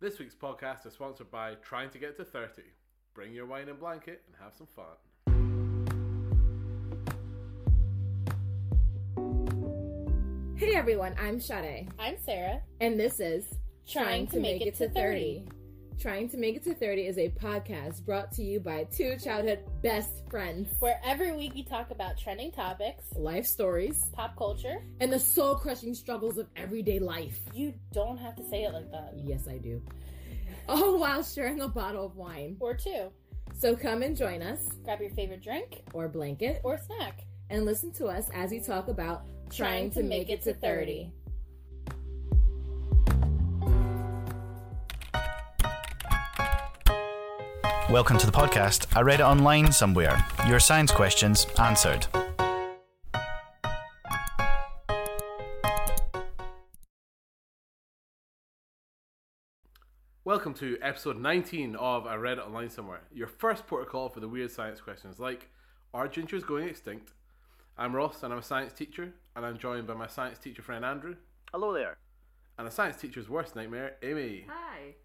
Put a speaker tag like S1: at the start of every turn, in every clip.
S1: This week's podcast is sponsored by Trying to Get to 30. Bring your wine and blanket and have some fun.
S2: Hey everyone, I'm Sade,
S3: I'm Sarah.
S2: and this is
S3: Trying to Make It to 30.
S2: Trying to Make It to 30 is a podcast brought to you by two childhood best friends,
S3: Where every week we talk about trending topics,
S2: life stories,
S3: pop culture.
S2: and the soul crushing struggles of everyday life.
S3: You don't have to say it like that.
S2: Yes, I do. All while sharing a bottle of wine.
S3: Or two.
S2: So come and join us,
S3: Grab your favorite drink
S2: or blanket,
S3: or snack.
S2: and listen to us as we talk about trying to make it to 30.
S4: Welcome to the podcast. I read it online somewhere. Your science questions answered.
S1: Welcome to episode 19 of I Read It Online Somewhere, your first protocol for the weird science questions like Are gingers going extinct? I'm Ross and I'm a science teacher, and I'm joined by my science teacher friend Andrew
S5: Hello there.
S1: and a science teacher's worst nightmare, Amy.
S2: Hi.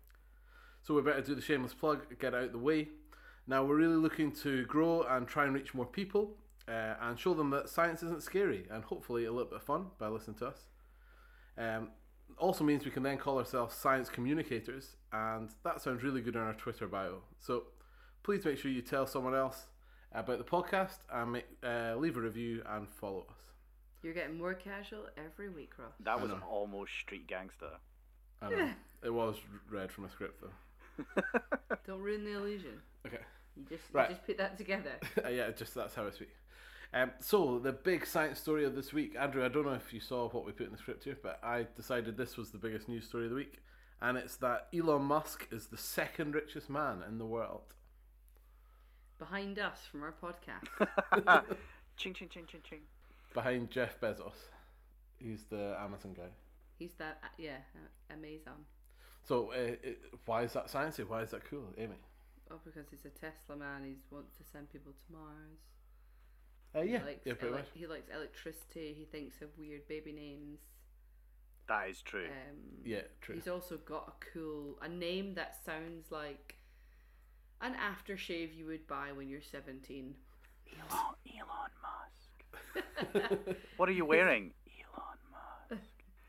S1: So we better do the shameless plug, get it out the way. Now we're really looking to grow and try and reach more people uh, and show them that science isn't scary and hopefully a little bit of fun by listening to us. Um, also means we can then call ourselves science communicators, and that sounds really good on our Twitter bio. So please make sure you tell someone else about the podcast and make, uh, leave a review and follow us.
S6: You're getting more casual every week, Ross.
S5: That
S1: I
S5: was
S1: know.
S5: almost street gangster.
S1: I know, it was read from a script though.
S6: Don't ruin the illusion.
S1: Okay.
S6: You just
S1: Right.
S6: you just put that together.
S1: Uh, yeah, just that's how I speak. Um, so the big science story of this week, Andrew. I don't know if you saw what we put in the script here, but I decided this was the biggest news story of the week, and it's that Elon Musk is the second richest man in the world.
S6: Behind us from our podcast.
S5: Ching ching ching ching ching.
S1: behind Jeff Bezos. He's the Amazon guy.
S6: He's that, uh, yeah, a- amazing.
S1: So uh, it, why is that sciencey? Why is that cool, Amy?
S6: Oh, because he's a Tesla man. He wants to send people to Mars.
S1: Uh, yeah,
S6: He likes,
S1: yeah, pretty
S6: ele-
S1: much.
S6: he likes electricity. He thinks of weird baby names.
S5: That is true.
S6: Um,
S1: Yeah, true.
S6: He's also got a cool a name that sounds like an aftershave you would buy when you're 17.
S5: Elon, Elon Musk. what are you wearing? Elon Musk.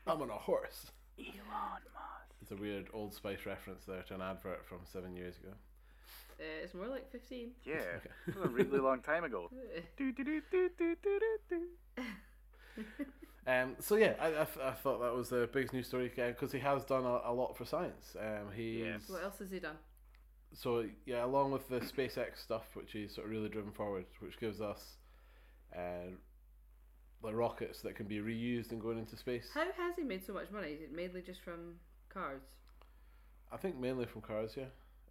S1: I'm on a horse.
S5: Elon Musk.
S1: It's a weird Old Spice reference there to an advert from seven years ago.
S6: Uh, it's more like 15.
S5: Yeah, that was a really long time ago. Do, do, do, do, do, do, do, do.
S1: Um, so yeah, I, I f- I thought that was the biggest news story because he has done a, a lot for science. Um, he's
S5: Yes.
S6: What else has he done?
S1: so yeah, along with the SpaceX stuff, which he's sort of really driven forward, which gives us uh, the rockets that can be reused and going into space.
S6: How has he made so much money? Is it mainly just from cars?
S1: I think mainly from cars, yeah.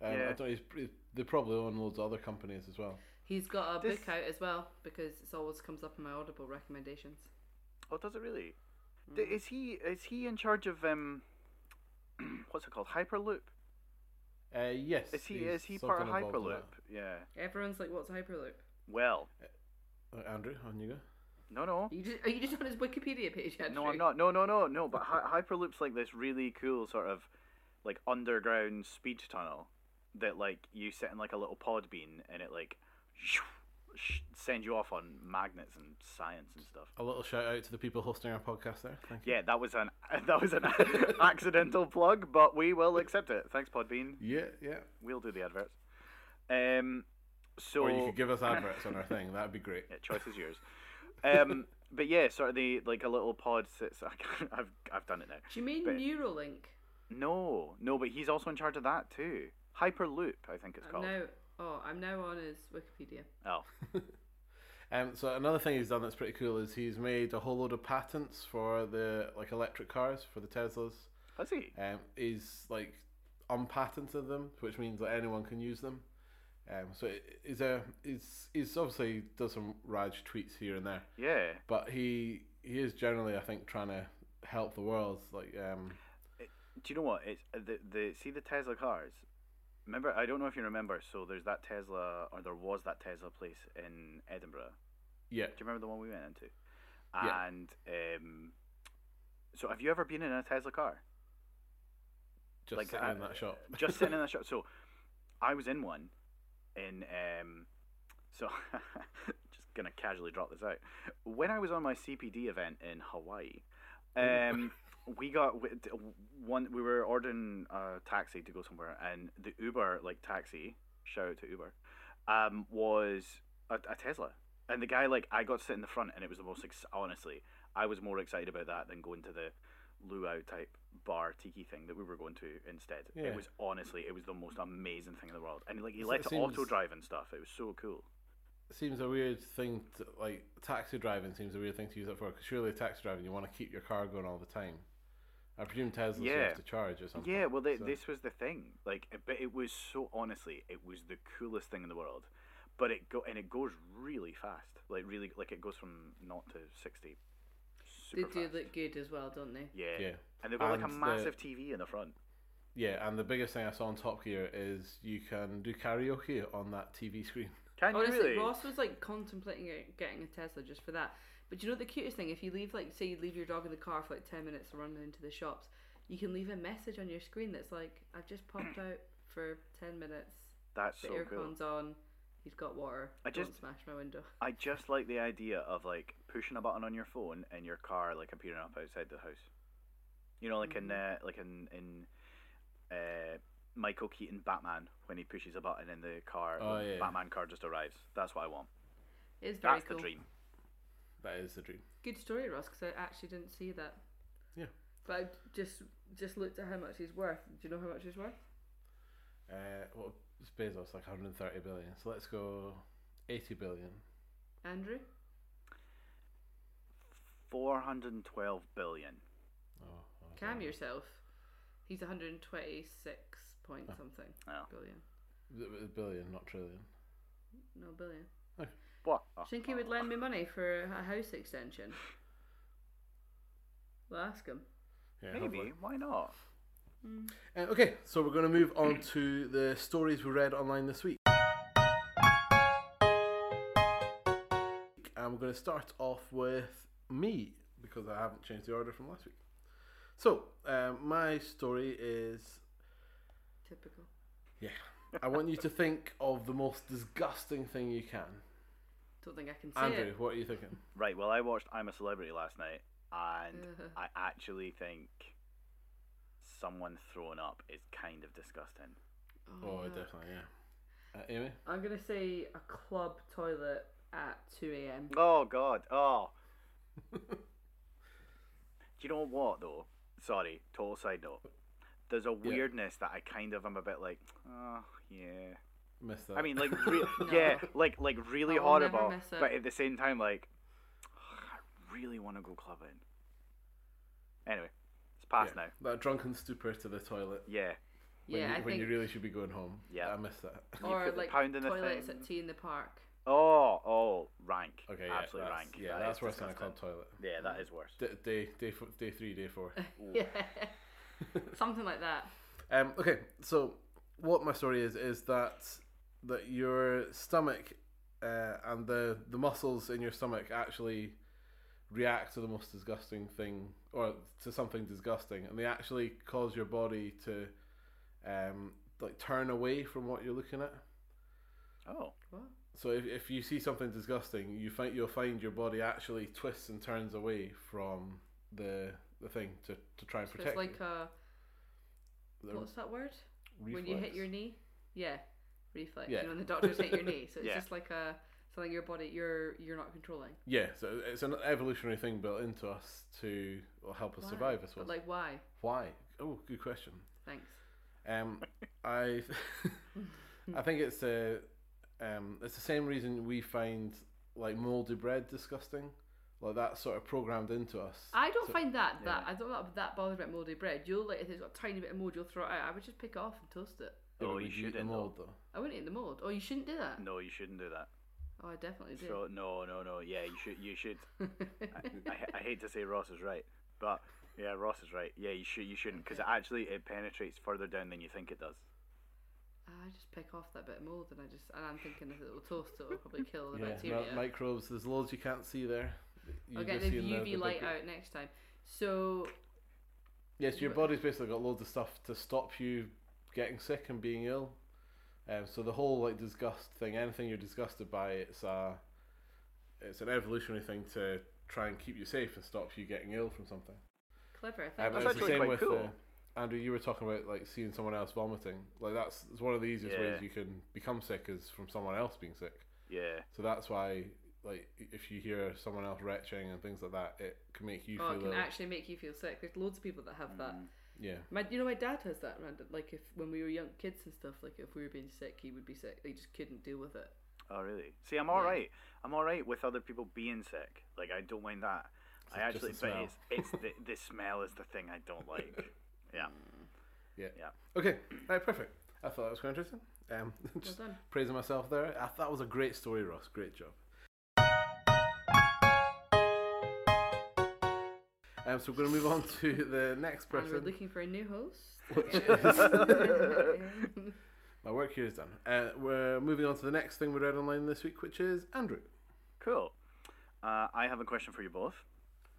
S1: Um, I
S5: Yeah.
S1: don't, he's, he- they probably own loads of other companies as well.
S6: He's got a
S5: This-
S6: book out as well because it always comes up in my Audible recommendations.
S5: Oh, does it really? D- Is he is he in charge of um, what's it called? Hyperloop.
S1: Uh, yes.
S5: Is he
S1: he's
S5: is he part of
S1: something involved in
S5: Hyperloop? Yeah.
S6: Everyone's like, "What's Hyperloop?"
S5: Well,
S1: that. Uh, Andrew, on you go.
S5: No, no.
S6: Are you just, are you just on his Wikipedia page? Andrew?
S5: No, I'm not. No, no, no, no. But Hy- Hyperloop's like this really cool sort of like underground speed tunnel that like you sit in like a little pod bean and it like sh- sends you off on magnets and science and stuff.
S1: A little shout out to the people hosting our podcast there. Thank you.
S5: Yeah, that was an that was an accidental plug, but we will accept it. Thanks, Podbean.
S1: Yeah, yeah.
S5: We'll do the adverts. Um, so
S1: Or you could give us adverts on our thing. That'd be great.
S5: yeah, choice is yours. Um, but yeah, sort of the like a little pod sits. I can't, I've I've done it now.
S6: Do you mean
S5: But-
S6: Neuralink?
S5: No, no, but he's also in charge of that too. Hyperloop, I think it's
S6: I'm
S5: called.
S6: now. Oh, I'm now on his Wikipedia.
S5: Oh,
S1: Um, so another thing he's done that's pretty cool is he's made a whole load of patents for the like electric cars for the Teslas.
S5: has he?
S1: Um, he's like unpatented them, which means that anyone can use them. Um, so it- it's a it's he's obviously does some Raj tweets here and there,
S5: Yeah.
S1: but he he is generally I think trying to help the world. Like um,
S5: Do you know what? It's uh, the the see the Tesla cars. Remember, I don't know if you remember. So there's that Tesla, or there was that Tesla place in Edinburgh.
S1: yeah,
S5: Do you remember the one we went into?
S1: Yeah.
S5: And um, so have you ever been in a Tesla car?
S1: just
S5: like,
S1: sitting
S5: uh,
S1: in that shop.
S5: just sitting in that shop. So I was in one in um so just gonna casually drop this out. When I was on my CPD event in Hawaii, um we got we- d- one we were ordering a taxi to go somewhere and the Uber like taxi, shout out to Uber, um was a, a Tesla. And the guy like I got to sit in the front and it was the most ex- honestly, I was more excited about that than going to the luau type bar tiki thing that we were going to instead.
S1: Yeah.
S5: It was honestly, it was the most amazing thing in the world. And like he
S1: So
S5: let
S1: it
S5: it
S1: seems-
S5: auto drive and stuff. It was so cool.
S1: seems a weird thing to like taxi driving seems a weird thing to use it for 'cause surely taxi driving you want to keep your car going all the time i presume tesla's you
S5: Yeah.
S1: have to charge or something
S5: Yeah, well, they,
S1: so-
S5: this was the thing. Like, it- but it was so honestly, it was the coolest thing in the world. But it go and it goes really fast. Like really, like it goes from naught to sixty.
S6: They
S5: Super
S6: do
S5: fast.
S6: look good as well, don't they?
S5: Yeah.
S1: Yeah.
S5: and they've got like a
S1: And the-
S5: massive TV in the front.
S1: yeah and the biggest thing i saw on top gear is you can do karaoke on that tv screen
S5: Can
S6: Honestly,
S5: you Oh, really?
S6: Ross was like contemplating it- getting a Tesla just for that. But you know the cutest thing? If you leave, like, say you leave your dog in the car for like 10 minutes and run into the shops, you can leave a message on your screen that's like, I've just popped out for 10 minutes.
S5: That's
S6: The
S5: so cool.
S6: aircon's on. He's got water.
S5: I
S6: I
S5: just-
S6: just smash my window.
S5: I just like the idea of like pushing a button on your phone and your car like appearing up outside the house. You know, like in
S6: Mm-hmm.
S5: uh, like in in uh, Michael Keaton Batman when he pushes a button and the car,
S1: Oh,
S5: the
S1: yeah.
S5: Batman car just arrives. That's what I want.
S6: It's very
S5: That's
S6: cool.
S5: the dream.
S1: that is the dream
S6: Good story, Ross, because I actually didn't see that.
S1: yeah
S6: But I just just looked at how much he's worth. Do you know how much he's worth?
S1: uh what is bezos like 130 billion so let's go 80 billion
S6: Andrew?
S5: Four hundred and twelve billion.
S1: oh, oh, I
S6: Calm
S1: don't know.
S6: yourself. He's 126 point something
S5: Oh.
S6: billion.
S1: B- billion not trillion
S6: No, billion.
S5: What?
S6: Do you think he would lend me money for a house extension? We'll ask him.
S1: yeah, hopefully.
S5: Maybe. Why not?
S1: Uh, okay so we're going to move on to the stories we read online this week and we're going to start off with me because I haven't changed the order from last week. So um, my story is
S6: Typical.
S1: yeah. I want you to think of the most disgusting thing you can.
S6: Don't think I can say
S1: Andrew,
S6: it.
S1: what are you thinking?
S5: Right. Well, I watched I'm a Celebrity last night, and I actually think someone thrown up is kind of disgusting.
S1: Oh, definitely, yeah. Uh, Amy,
S6: I'm gonna say a club toilet at 2 a.m.
S5: Oh God! Oh. Do you know what though? Sorry, total side note. There's a weirdness that I kind of am a bit like, oh yeah.
S1: missed that.
S5: I mean, like, re- yeah, like, like really
S6: I will never
S5: horrible,
S6: miss it.
S5: but at the same time, like, I really want to go clubbing. Anyway, it's past
S1: yeah,
S5: now.
S1: that drunken stupor to the toilet
S5: Yeah,
S1: when,
S6: Yeah,
S1: you,
S6: I
S1: when
S6: think.
S1: you really should be going home.
S5: Yeah.
S1: I missed that.
S6: or
S5: put the
S6: like
S5: pound in the
S6: toilets
S5: thing.
S6: at tea in the park.
S5: Oh, oh, rank.
S1: Okay, yeah,
S5: absolute
S1: that's,
S5: rank.
S1: Yeah,
S5: That
S1: that's
S5: is
S1: worse than a club
S5: disgusting.
S1: toilet.
S5: Yeah, that is worse.
S1: D- day, day, f- day three, day four.
S6: Yeah. Something like that.
S1: Um, okay, so what my story is is that that your stomach uh, and the the muscles in your stomach actually react to the most disgusting thing or to something disgusting, and they actually cause your body to um, like turn away from what you're looking at.
S5: Oh,
S1: So if, if you see something disgusting, you find you'll find your body actually twists and turns away from the the thing to, to try and
S6: So it's
S1: protect.
S6: like
S1: you.
S6: a
S1: The
S6: what's that word? When you hit
S1: reflex.
S6: your knee. Yeah, reflex.
S1: Yeah.
S6: You know, when the doctors hit your knee, so it's
S5: Yeah.
S6: just like a something your body you're you're not controlling.
S1: Yeah, so it's an evolutionary thing built into us to well, help us
S6: Why?
S1: survive. I suppose.
S6: But like, why?
S1: why? Oh, good question.
S6: Thanks.
S1: Um, I I think it's a um, it's the same reason we find like moldy bread disgusting. Like that's sort of programmed into us.
S6: I don't find that
S1: yeah.
S6: that I don't that, that bothered about moldy bread. You'll like if it's got a tiny bit of mold, you'll throw it out. I would just pick it off and toast it.
S1: Yeah,
S5: Oh,
S1: but
S5: you
S1: would eat the
S5: shouldn't, though.
S1: mold though.
S6: I wouldn't eat the mold. Oh, you shouldn't do that.
S5: no, you shouldn't do that.
S6: Oh, I definitely do.
S5: So no, no, no. Yeah, you should. You should. I, I hate to say Ross is right, but yeah, Ross is right. Yeah, you should. You shouldn't because actually it penetrates further down than you think it does.
S6: I just pick off that bit of mold, and I just and I'm thinking if it'll toast, it, it'll probably kill the
S1: Yeah,
S6: bacteria.
S1: mi- microbes. There's loads you can't see there. You
S6: I'll get
S1: just
S6: the
S1: see in
S6: UV
S1: big-
S6: light out next time. So
S1: Yes, your body's basically got loads of stuff to stop you getting sick and being ill. Um, so the whole like disgust thing, anything you're disgusted by, it's a, it's an evolutionary thing to try and keep you safe and stop you getting ill from something.
S6: clever.
S1: Um,
S6: Thank
S1: and
S6: you.
S5: That's
S1: it's the
S5: actually
S1: same
S5: quite
S1: with
S5: cool.
S1: uh, Andrew. You were talking about like seeing someone else vomiting. Like that's it's one of the easiest
S5: Yeah.
S1: ways you can become sick is from someone else being sick.
S5: Yeah.
S1: So that's why like if you hear someone else retching and things like that, it can make you
S6: Oh,
S1: feel
S6: it can
S1: ill.
S6: actually make you feel sick. There's loads of people that have that.
S1: yeah.
S6: My, you know, my dad has that random. Like, if when we were young kids and stuff, like if we were being sick, he would be sick. He just couldn't deal with it.
S5: Oh really? See, I'm all right. I'm all right with other people being sick. Like I don't mind that. I
S1: It's
S5: actually,
S1: just the
S5: but it's, it's the the smell is the thing I don't like. Yeah.
S1: Yeah.
S5: Yeah.
S1: Okay. All right. Perfect. I thought that was quite interesting. Um, just
S6: done.
S1: praising myself there. I, that was a great story, Ross. Great job. Um, so we're going to move on to the next
S6: And we're
S1: person.
S6: looking for a new host.
S1: My work here is done. Uh, we're moving on to the next thing we read online this week, which is Andrew.
S5: Cool. Uh, I have a question for you both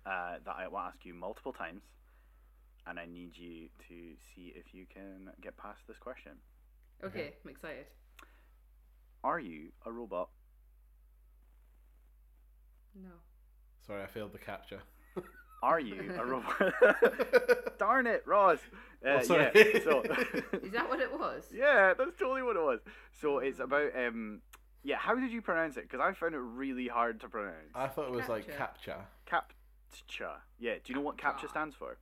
S5: uh, that I will ask you multiple times, and I need you to see if you can get past this question.
S6: okay, I'm excited.
S5: Are you a robot?
S6: No.
S1: Sorry, I failed the capture.
S5: Are you a robot? Darn it, Ross. Uh,
S1: Oh, sorry.
S5: Yeah. So.
S6: Is that what it was?
S5: Yeah, that's totally what it was. So it's about um, yeah. How did you pronounce it? Because I found it really hard to pronounce.
S1: I thought it was like
S6: Capture.
S1: capture.
S5: CAPTCHA. Yeah. Do you know what CAPTCHA stands for?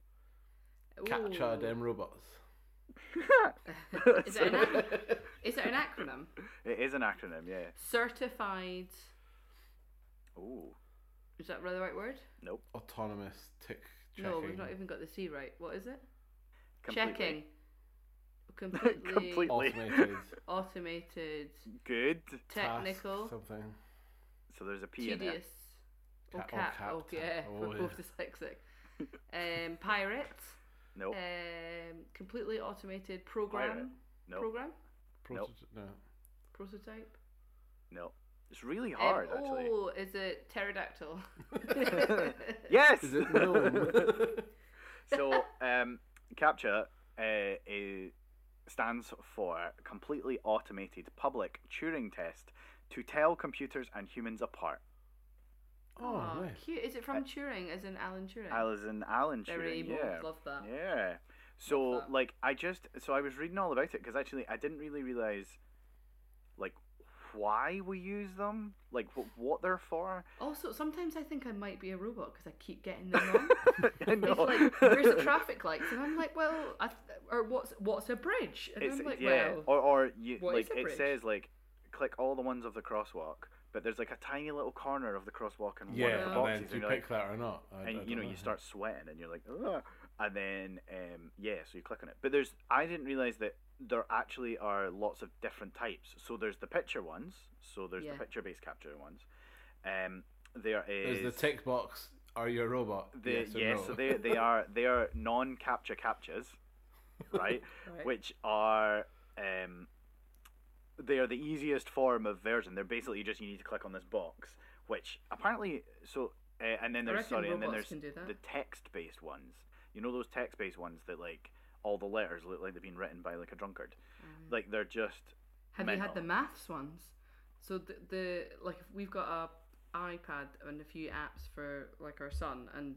S6: Ooh.
S1: Capture them robots.
S6: Is it, an ac- is it an acronym?
S5: It is an acronym. Yeah.
S6: Certified.
S5: Ooh.
S6: Is that the right word?
S5: Nope.
S1: Autonomous tick checking.
S6: No, we've not even got the C right. What is it?
S5: Completely.
S6: Checking. Completely
S5: Complete-
S1: automated
S6: automated,
S5: Good.
S1: task
S6: technical,
S1: something.
S5: So there's a P in
S6: tedious.
S5: it.
S6: Oh,
S1: Ca- oh,
S6: cat.
S1: cat,
S6: Oh,
S1: tat.
S6: yeah.
S1: Oh,
S6: We're
S1: yeah.
S6: both dyslexic. Um, pirate.
S5: Nope.
S6: Um, completely automated program.
S5: Pirate. Nope.
S6: Program.
S1: Prototy- No.
S6: Prototype.
S5: Nope. It's really
S6: Um,
S5: hard actually.
S6: Oh, is it pterodactyl?
S5: Yes.
S1: Is it no?
S5: so um, CAPTCHA uh, is, stands for Completely Automated Public Turing Test to tell computers and humans apart.
S1: oh,
S6: Aw,
S1: nice.
S6: cute. Is it from Turing, as in Alan Turing?
S5: Alison Alan
S6: Very
S5: Turing,
S6: bold,
S5: yeah.
S6: Hmm. love that.
S5: Yeah. So
S6: that.
S5: like I just so I was reading all about it because actually I didn't really realize like why we use them, like wh- what they're for.
S6: Also, sometimes I think I might be a robot because I keep getting them wrong.
S5: I know.
S6: It's like, where's the traffic lights? And I'm like, well, I th- or what's what's a bridge? And
S5: It's-
S6: I'm like,
S5: yeah,
S6: well,
S5: or or you
S6: what is
S5: like
S6: a
S5: it
S6: bridge?
S5: says like click all the ones of the crosswalk, but there's like a tiny little corner of the crosswalk and one of the
S1: Yeah,
S5: boxes,
S1: and then
S5: and
S1: do you
S5: you're
S1: pick
S5: like,
S1: that or not? I- I
S5: and you
S1: don't
S5: know you start sweating and you're like, Ugh. and then um, yeah, so you click on it. But there's I didn't realize that there actually are lots of different types. So there's the picture ones, so there's
S6: Yeah.
S5: the picture based capture ones. Um, there is
S1: There's the tick box. Are you a robot?
S5: the,
S1: yes.
S5: yes,
S1: Or no?
S5: so they they are they are non capture captures, right?
S6: Right.
S5: Which are um, they are the easiest form of version. They're basically just you need to click on this box, which apparently so Uh, and then
S6: I
S5: there's
S6: reckon
S5: sorry, and then
S6: robots
S5: there's
S6: can do that.
S5: the text-based ones. You know those text-based ones that like all the letters look like they've been written by like a drunkard.
S6: Mm.
S5: Like they're just.
S6: Have you had the
S5: mental.
S6: maths ones? So the, the like if we've got a iPad and a few apps for like our son, and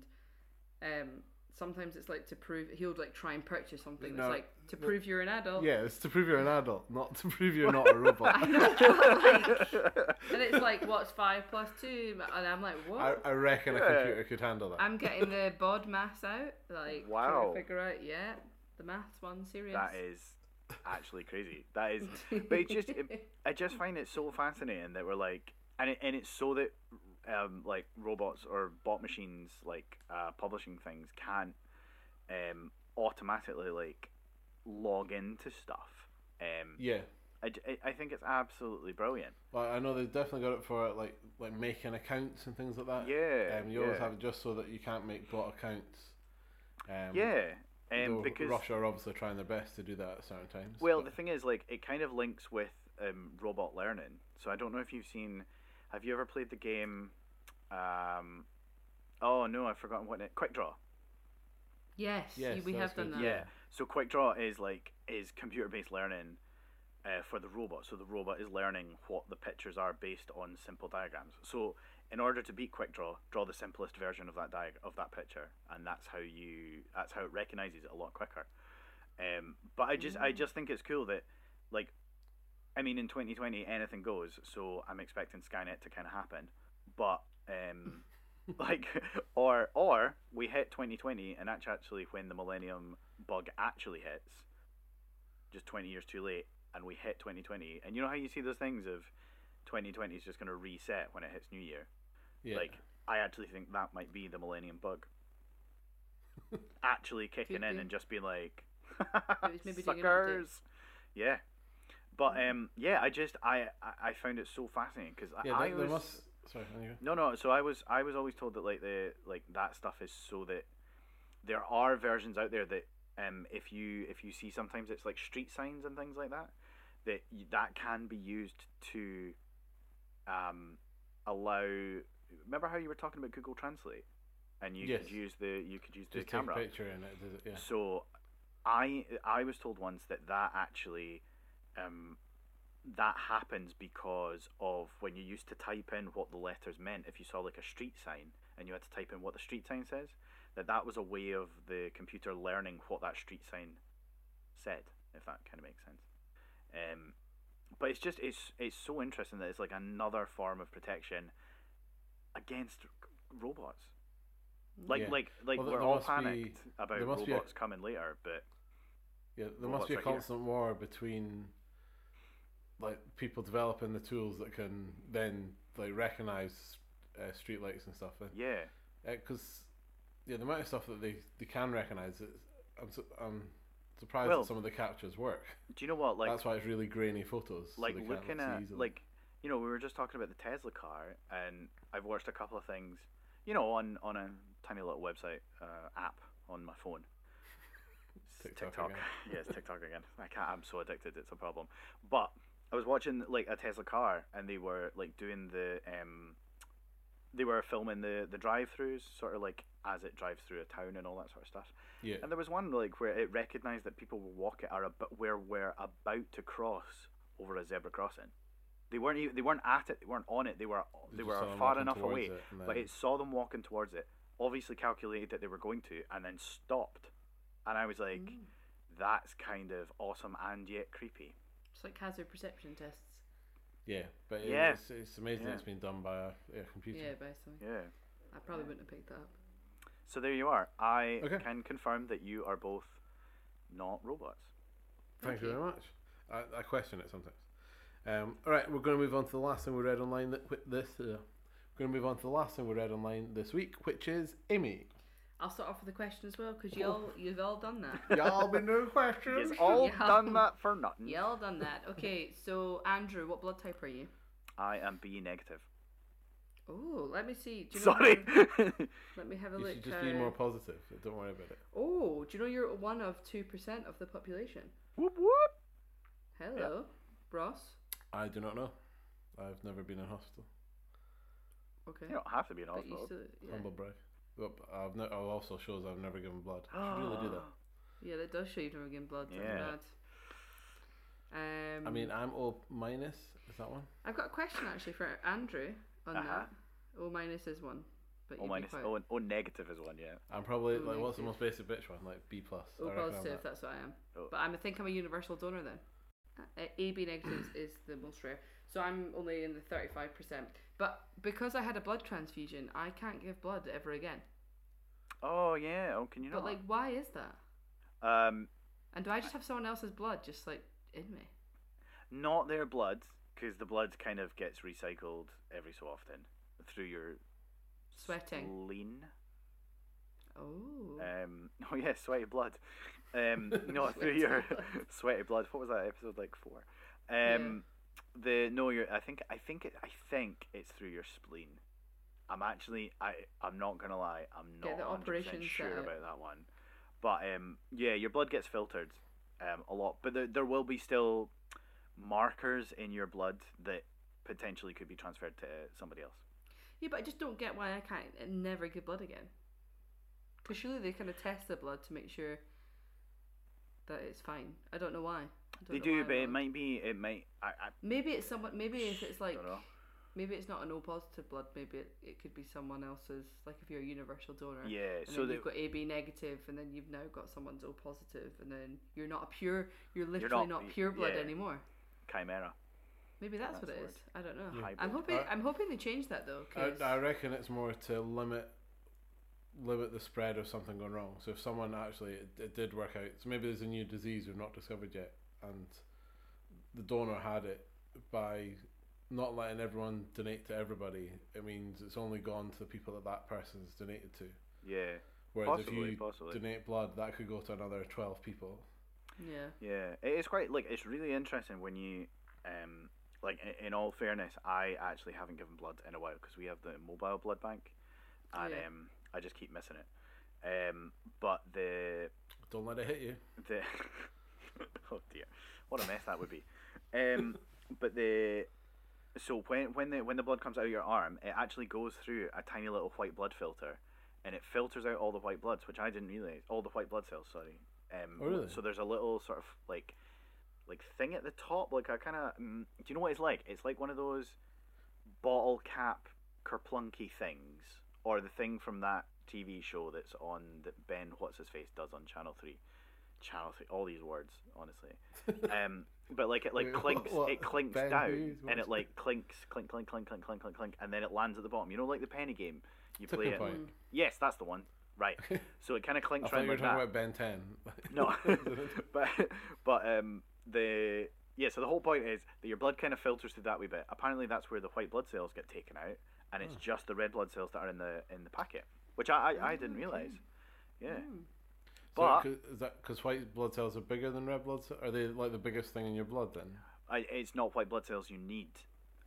S6: um, sometimes it's like to prove he'll like try and purchase something
S1: No,
S6: that's like to
S1: no.
S6: prove you're an adult.
S1: Yeah, it's to prove you're an adult, not to prove you're not a robot.
S6: Oh. I know, but, like, and it's like what's five plus two, and I'm like what?
S1: I, I reckon a computer could handle that.
S6: I'm getting the bod maths out, like trying
S5: Wow.
S6: to figure out yeah the maths one serious.
S5: That is actually crazy. That is, but it's just, it, I just find it so fascinating that we're like, and it, and it's so that, um, like robots or bot machines, like uh, publishing things, can't, um, automatically like, log into stuff. Um,
S1: Yeah.
S5: I, j- I- I think it's absolutely brilliant.
S1: Well, I know they've definitely got it for like like making accounts and things like that.
S5: Yeah,
S1: Um, you always
S5: yeah.
S1: have it just so that you can't make bot accounts. Um,
S5: Yeah,
S1: though
S5: um, because
S1: Russia are obviously trying their best to do that at certain times.
S5: Well, the
S1: but-
S5: thing is, like, it kind of links with um, robot learning. So I don't know if you've seen. Have you ever played the game? Um, oh no, I've forgotten what it. Quick Draw.
S6: yes,
S1: Yes,
S6: you- we
S1: that was
S6: have done
S1: good.
S6: that.
S5: Yeah. So Quick Draw is like is computer based learning. Uh, for the robot, so the robot is learning what the pictures are based on simple diagrams. So, in order to beat Quick Draw, draw the simplest version of that diag- of that picture, and that's how you that's how it recognizes it a lot quicker. Um, but I just I just think it's cool that like I mean in 2020 anything goes, so I'm expecting Skynet to kind of happen. But um, like or or we hit 2020 and that's actually when the Millennium bug actually hits, just 20 years too late, and we hit 2020. And you know how you see those things of 2020 is just going to reset when it hits New Year.
S1: yeah.
S5: Like I actually think that might be the Millennium bug. actually kicking
S6: Could
S5: in
S6: be.
S5: and just being like,
S6: Maybe- maybe doing Mm-hmm. an update.
S5: suckers. Yeah, but um, yeah, I just I I I found it so fascinating because
S1: yeah,
S5: I,
S1: there,
S5: I
S1: there
S5: was
S1: must. Sorry, anyway.
S5: no no. So I was I was always told that like the like that stuff is so that there are versions out there that um if you if you see sometimes it's like street signs and things like that that y that can be used to um allow. Remember how you were talking about Google Translate, and you
S1: Yes.
S5: could use the you could use the
S1: Just take
S5: camera.
S1: a picture and it does it. Yeah.
S5: So, I I was told once that that actually, um, that happens because of when you used to type in what the letters meant. If you saw like a street sign and you had to type in what the street sign says, that that was a way of the computer learning what that street sign said. If that kind of makes sense. Um, but it's just it's it's so interesting that it's like another form of protection against r- robots. Like
S1: Yeah.
S5: like like
S1: Well, there-
S5: we're
S1: there
S5: all
S1: must be-
S5: panicked about
S1: there must be a-
S5: robots coming later, but
S1: Yeah, there must be a
S5: Robots right here.
S1: constant war between like people developing the tools that can then like recognize uh, street lights and stuff. And
S5: yeah,
S1: because yeah, the amount of stuff that they, they can recognize, it's, I'm su- I'm surprised
S5: Well-
S1: that some of the captures work.
S5: do you know what? Like
S1: That's why it's really grainy photos. so
S5: like
S1: they can't
S5: looking
S1: see
S5: at
S1: easily.
S5: like you know we were just talking about the Tesla car, and I've watched a couple of things, you know, on on a tiny little website uh, app on my phone. It's
S1: TikTok again.
S5: yeah, it's TikTok again. I can't. I'm so addicted. It's a problem. But I was watching like a Tesla car, and they were like doing the um, they were filming the the drive-throughs, sort of like as it drives through a town and all that sort of stuff.
S1: yeah,
S5: And there was one like where it recognised that people were walking are about where were about to cross over a zebra crossing. They weren't even, they weren't at it, they weren't on it, they were
S1: They
S5: they
S1: just
S5: were
S1: saw them
S5: far
S1: walking
S5: enough
S1: towards
S5: away,
S1: it and
S5: but
S1: then-
S5: it saw them walking towards it. Obviously calculated that they were going to, and then stopped. And I was like,
S6: Mm.
S5: "That's kind of awesome and yet creepy."
S6: It's like hazard perception tests.
S1: yeah, but it-
S5: Yeah.
S1: it's, it's amazing
S5: Yeah.
S1: it's been done by a, a computer.
S6: Yeah, by something.
S5: Yeah.
S6: I probably wouldn't have picked that up.
S5: So there you are. I
S1: Okay.
S5: can confirm that you are both not robots.
S1: Thank you very much. I, I question it sometimes. Um, all right, we're going to move on to the last thing we read online. That wi- this uh, we're going to move on to the last thing we read online this week, which is Amy.
S6: I'll start off with a question as well because you all you've all done that.
S1: Y'all been doing
S5: He's
S1: questions.
S5: all
S6: Yeah.
S5: done that for nothing.
S6: you all done that. Okay, so Andrew, what blood type are you?
S5: I am B negative.
S6: Oh, let me see. Do you know
S5: Sorry.
S6: you're- Let me have a
S1: You
S6: look.
S1: should just
S6: how...
S1: be more positive. Don't worry about it.
S6: Oh, do you know you're one of two percent of the population?
S5: whoop whoop.
S6: Hello, Ross.
S1: I do not know. I've never been in hospital.
S6: Okay.
S5: You don't have to be an
S6: But you
S5: hospital.
S6: still, yeah.
S1: Humble brag. Well, I've no, oh, also shows I've never given blood. I should really do that.
S6: yeah, that does show you've never given blood.
S5: Yeah.
S6: Yeah. Bad. Um,
S1: I mean, I'm O minus. Is that one?
S6: I've got a question actually for Andrew on
S5: Uh-huh.
S6: that. O minus is one, but
S5: Oh,
S6: you'd
S5: minus.
S6: be
S5: Oh,
S6: quite
S5: and- oh, negative is one. Yeah.
S1: I'm probably
S6: Oh,
S1: like, what's the most
S6: negative.
S1: basic bitch one? Like B plus.
S6: O
S1: I reckon I'm
S6: positive.
S1: that.
S6: That's what I am.
S5: Oh.
S6: But I'm, I think I'm a universal donor then. Uh, AB negatives is the most rare, so I'm only in the thirty-five percent. But because I had a blood transfusion, I can't give blood ever again.
S5: Oh yeah. Oh, can you not?
S6: But like, why is that?
S5: um,
S6: And do I just have someone else's blood just like in me?
S5: not their blood, because the blood kind of gets recycled every so often through your
S6: Sweating.
S5: spleen.
S6: Oh.
S5: Um, oh yeah, sweaty blood. Um, not through your sweaty blood. What was that episode like four? Um, the no, your I think I think it, I think it's through your spleen. I'm actually I I'm not gonna lie. I'm
S6: Get
S5: not 100%
S6: the operation set
S5: sure
S6: up.
S5: about that one, but um, yeah, your blood gets filtered um, a lot, but there, there will be still markers in your blood that potentially could be transferred to somebody else.
S6: Yeah, but I just don't get why I can't uh, never give blood again. Because surely they kind of test the blood to make sure that it's fine. I don't know why. I don't
S5: They
S6: know
S5: do,
S6: why
S5: but it
S6: though.
S5: might be it might I, I
S6: Maybe it's someone. Maybe if it's like,
S5: dunno.
S6: maybe it's not an O positive blood. Maybe it, it could be someone else's. Like if you're a universal donor.
S5: Yeah,
S6: And
S5: so
S6: then
S5: the-
S6: you've got AB negative, and then you've now got someone's O positive, and then you're not a pure. You're literally
S5: not-
S6: not,
S5: y-
S6: pure blood
S5: yeah.
S6: anymore.
S5: chimera.
S6: Maybe that's,
S5: That's
S6: what it
S5: the
S6: is. I don't know.
S5: Hybrid.
S6: I'm hoping.
S1: I-
S6: I'm hoping they change that though. 'cause-
S1: I, I reckon it's more to limit limit the spread of something going wrong. So if someone actually it, it did work out, so maybe there's a new disease we've not discovered yet, and the donor had it by not letting everyone donate to everybody. It means it's only gone to the people that that person's donated to.
S5: Yeah.
S1: Whereas if
S5: Possibly,
S1: you
S5: possibly.
S1: donate blood, that could go to another twelve people.
S6: yeah.
S5: Yeah, it is quite like it's really interesting when you, um, like i- in all fairness, I actually haven't given blood in a while because we have the mobile blood bank, and
S6: Yeah.
S5: um, I just keep missing it. Um, but the
S1: Don't let it hit you.
S5: the oh dear, what a mess that would be. Um, but the so when when the when the blood comes out of your arm, it actually goes through a tiny little white blood filter, and it filters out all the white bloods, which I didn't realize. All the white blood cells, sorry. Um,
S1: Oh, really?
S5: So there's a little sort of like like thing at the top, like a kind of. Mm, do you know what it's like? It's like one of those bottle cap kerplunky things, or the thing from that TV show that's on that Ben what's his face does on Channel Three. Channel Three, all these words, honestly. Um, but like it like
S1: Wait,
S5: clinks,
S1: what?
S5: it clinks
S1: Ben
S5: down,
S1: Hughes,
S5: and
S1: what's-
S5: it like clinks, clink, clink, clink, clink, clink, clink, clink, and then it lands at the bottom. You know, like the penny game, you play
S1: Tipping
S5: it.
S1: point.
S5: Yes, that's the one. Right.
S6: Mm.
S5: So it kind of
S1: I
S5: clinks
S1: thought
S5: around
S1: you were
S5: like
S1: talking
S5: that.
S1: about Ben Ten.
S5: No, but but um the yeah. So the whole point is that your blood kind of filters through that wee bit. Apparently, that's where the white blood cells get taken out, and it's just the red blood cells that are in the in the packet, which I I, I didn't realize. Yeah.
S6: Hmm.
S1: So
S5: But-
S1: c- is that because white blood cells are bigger than red blood cells? Are they like the biggest thing in your blood then?
S5: I, it's not white blood cells you need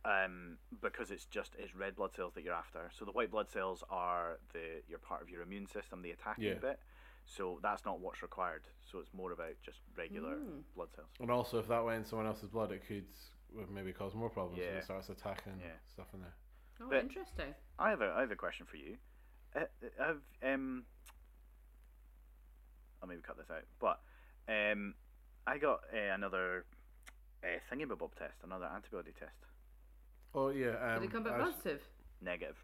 S5: um, because it's just it's red blood cells that you're after. So the white blood cells are the you're part of your immune system, the attacking
S1: Yeah.
S5: bit. So that's not what's required. So it's more about just regular blood cells.
S1: And also, if that went in someone else's blood, it could well, maybe cause more problems. when
S5: Yeah.
S1: it starts attacking
S5: Yeah.
S1: stuff in there.
S6: Oh,
S5: But-
S6: interesting.
S5: I have a I have a question for you. Uh, uh, have um, I'll maybe cut this out. But um, I got uh, another uh, thingamabob test, another antibody test,
S1: Oh yeah. Um,
S6: Did it come back
S1: I was-
S6: positive?
S5: negative.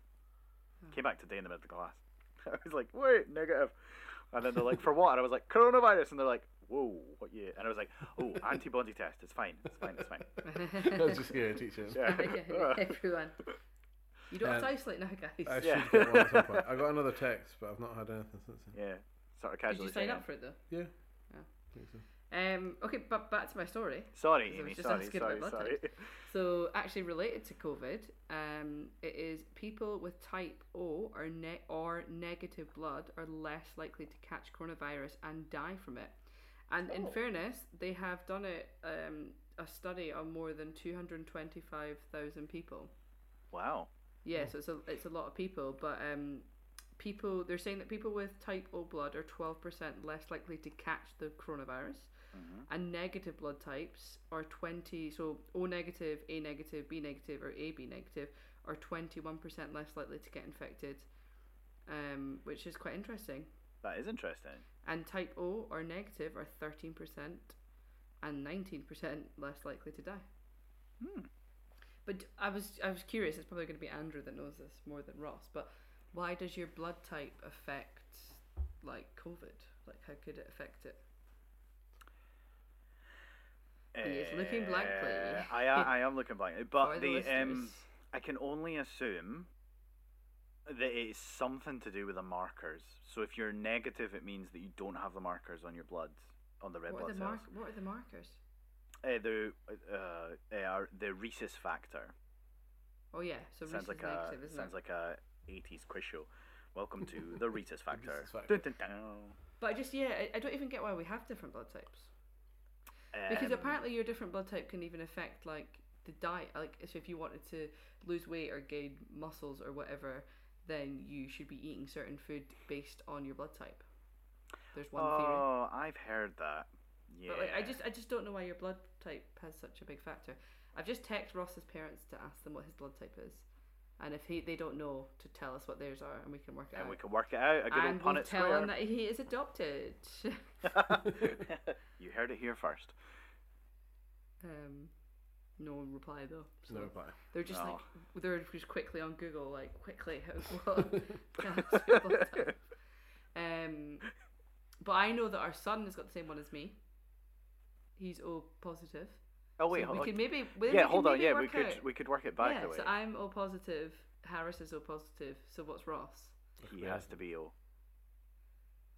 S6: Hmm.
S5: Came back today in the middle of the class. I was like, wait, negative. And then they're like, for what? And I was like, coronavirus. And they're like, whoa, what year? And I was like, oh, antibody test. It's fine. It's fine. It's fine.
S1: I was just here teaching.
S6: Yeah, everyone. You don't have to
S1: Um,
S6: isolate now, guys.
S1: I
S5: Yeah.
S1: should get one at some point. I got another text, but I've not had anything since then.
S5: Yeah. Sort of
S6: Did
S5: casually.
S6: you sign
S5: saying-
S6: up for it though?
S1: Yeah.
S6: Yeah.
S1: Think so.
S6: Um, okay, but back to my story.
S5: Sorry,
S6: Because I
S5: Amy.
S6: was just
S5: Sorry,
S6: asking
S5: sorry,
S6: about blood
S5: sorry.
S6: types. So, actually, related to COVID, um, it is people with type O or ne- or negative blood are less likely to catch coronavirus and die from it. And in fairness, they have done it um, a study on more than two hundred twenty five thousand people.
S5: Wow.
S6: Yeah, so it's a, it's a lot of people, but um, people they're saying that people with type O blood are twelve percent less likely to catch the coronavirus, and negative blood types are twenty. So O negative, A negative, B negative, or AB negative are 21% less likely to get infected, um, which is quite interesting.
S5: That is interesting.
S6: And type O or negative are 13% and 19% less likely to die.
S5: Hmm.
S6: But d- I was I was curious. It's probably going to be Andrew that knows this more than Ross. But why does your blood type affect like COVID? Like how could it affect it? He is looking blankly.
S5: Uh, I, am- I am looking blankly, but
S6: For the
S5: the, um,
S6: listeners.
S5: I can only assume that it is something to do with the markers. So if you're negative, it means that you don't have the markers on your blood on the red
S6: what are
S5: blood
S6: the
S5: cells.
S6: mark- What are the markers?
S5: Uh, the uh, they are the rhesus factor.
S6: Oh yeah, so
S5: sounds
S6: Reese's
S5: like a
S6: negative, isn't
S5: sounds
S6: it?
S5: like a '80s quiz show. Welcome to the rhesus factor.
S1: Rhesus factor.
S5: Dun, dun, dun.
S6: But I just yeah, I, I don't even get why we have different blood types. Because
S5: Um,
S6: apparently your different blood type can even affect like the diet. Like so if you wanted to lose weight or gain muscles or whatever, then you should be eating certain food based on your blood type. There's one theory.
S5: Oh, I've heard that. Yeah.
S6: But like, I just I just don't know why your blood type has such a big factor. I've just texted Ross's parents to ask them what his blood type is, and if he, they don't know, to tell us what theirs are, and we can work it
S5: and
S6: out.
S5: we can work it out. A good
S6: and
S5: old Punnett
S6: we'll tell
S5: square.
S6: him that he is adopted.
S5: you heard it here first.
S6: um, no one reply though. So
S1: No reply.
S6: They're just
S5: No.
S6: like they're just quickly on Google, like quickly. what- that's your blood type. um, but I know that our son has got the same one as me. He's O positive.
S5: Oh wait,
S6: so
S5: hold
S6: we
S5: on.
S6: could maybe we- we
S5: yeah,
S6: could
S5: hold on.
S6: maybe
S5: Yeah, we
S6: work
S5: could
S6: out-
S5: we could work it back
S6: yeah,
S5: the way.
S6: so I'm O positive. Harris is O positive. So what's Ross?
S5: He has to be ill.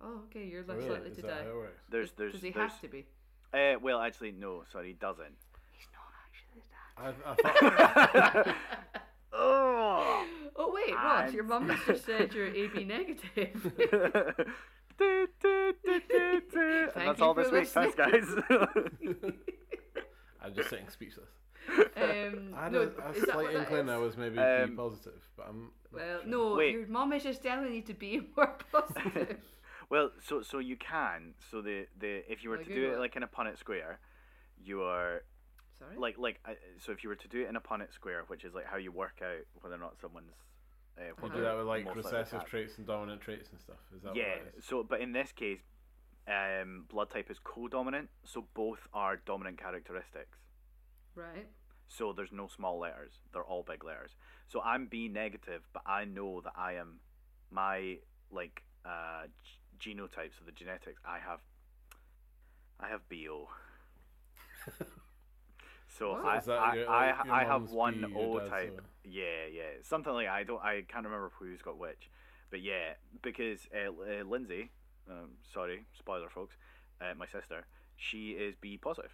S6: Oh, okay, you're less
S1: Really?
S6: likely
S1: Is
S6: to
S1: that
S6: die.
S1: how it works?
S5: There's there's
S6: Does he
S5: there's
S6: have to be?
S5: Uh, well, actually, no. Sorry, he doesn't.
S1: I, I thought
S5: Oh.
S6: Oh wait, Ross,
S5: I'm-
S6: your mum has just said you're AB negative.
S5: Do, do, do, do, do. And
S6: Thank
S5: that's
S6: you
S5: all
S6: for
S5: this week. Thanks, guys.
S1: I'm just sitting speechless.
S6: Um,
S1: I had
S6: no,
S1: a, a
S6: is that
S1: slight
S6: what that
S1: inkling
S6: is?
S1: I was maybe
S5: Um,
S1: B positive, but I'm
S6: Well, no,
S5: Wait.
S6: your mum is just telling you to be more positive.
S5: Well, so so you can. So the the if you were
S6: Like
S5: to do it
S6: Google.
S5: like in a Punnett square, you are
S6: Sorry.
S5: like like uh, so if you were to do it in a Punnett square, which is like how you work out whether or not someone's. Uh,
S1: we'll
S5: what
S1: do
S5: they're
S1: that with like
S5: most likely to
S1: recessive
S5: have.
S1: traits and dominant traits and stuff. Is that
S5: Yeah.
S1: what that is?
S5: So, but in this case, um, blood type is co-dominant, so both are dominant characteristics.
S6: right.
S5: So there's no small letters; they're all big letters. So I'm B negative, but I know that I am my like uh, g- genotype, so the genetics I have. I have BO. so
S6: What?
S5: I,
S1: Is that
S5: I,
S1: your-
S5: I,
S1: like your
S5: I have
S1: mum's
S5: one
S1: B, your
S5: O
S1: dad's
S5: type.
S1: O?
S5: Yeah, yeah, something like I don't. I can't remember who's got which, but yeah, because uh, uh, Lindsay, um, sorry, spoiler, folks, uh, my sister, she is B positive.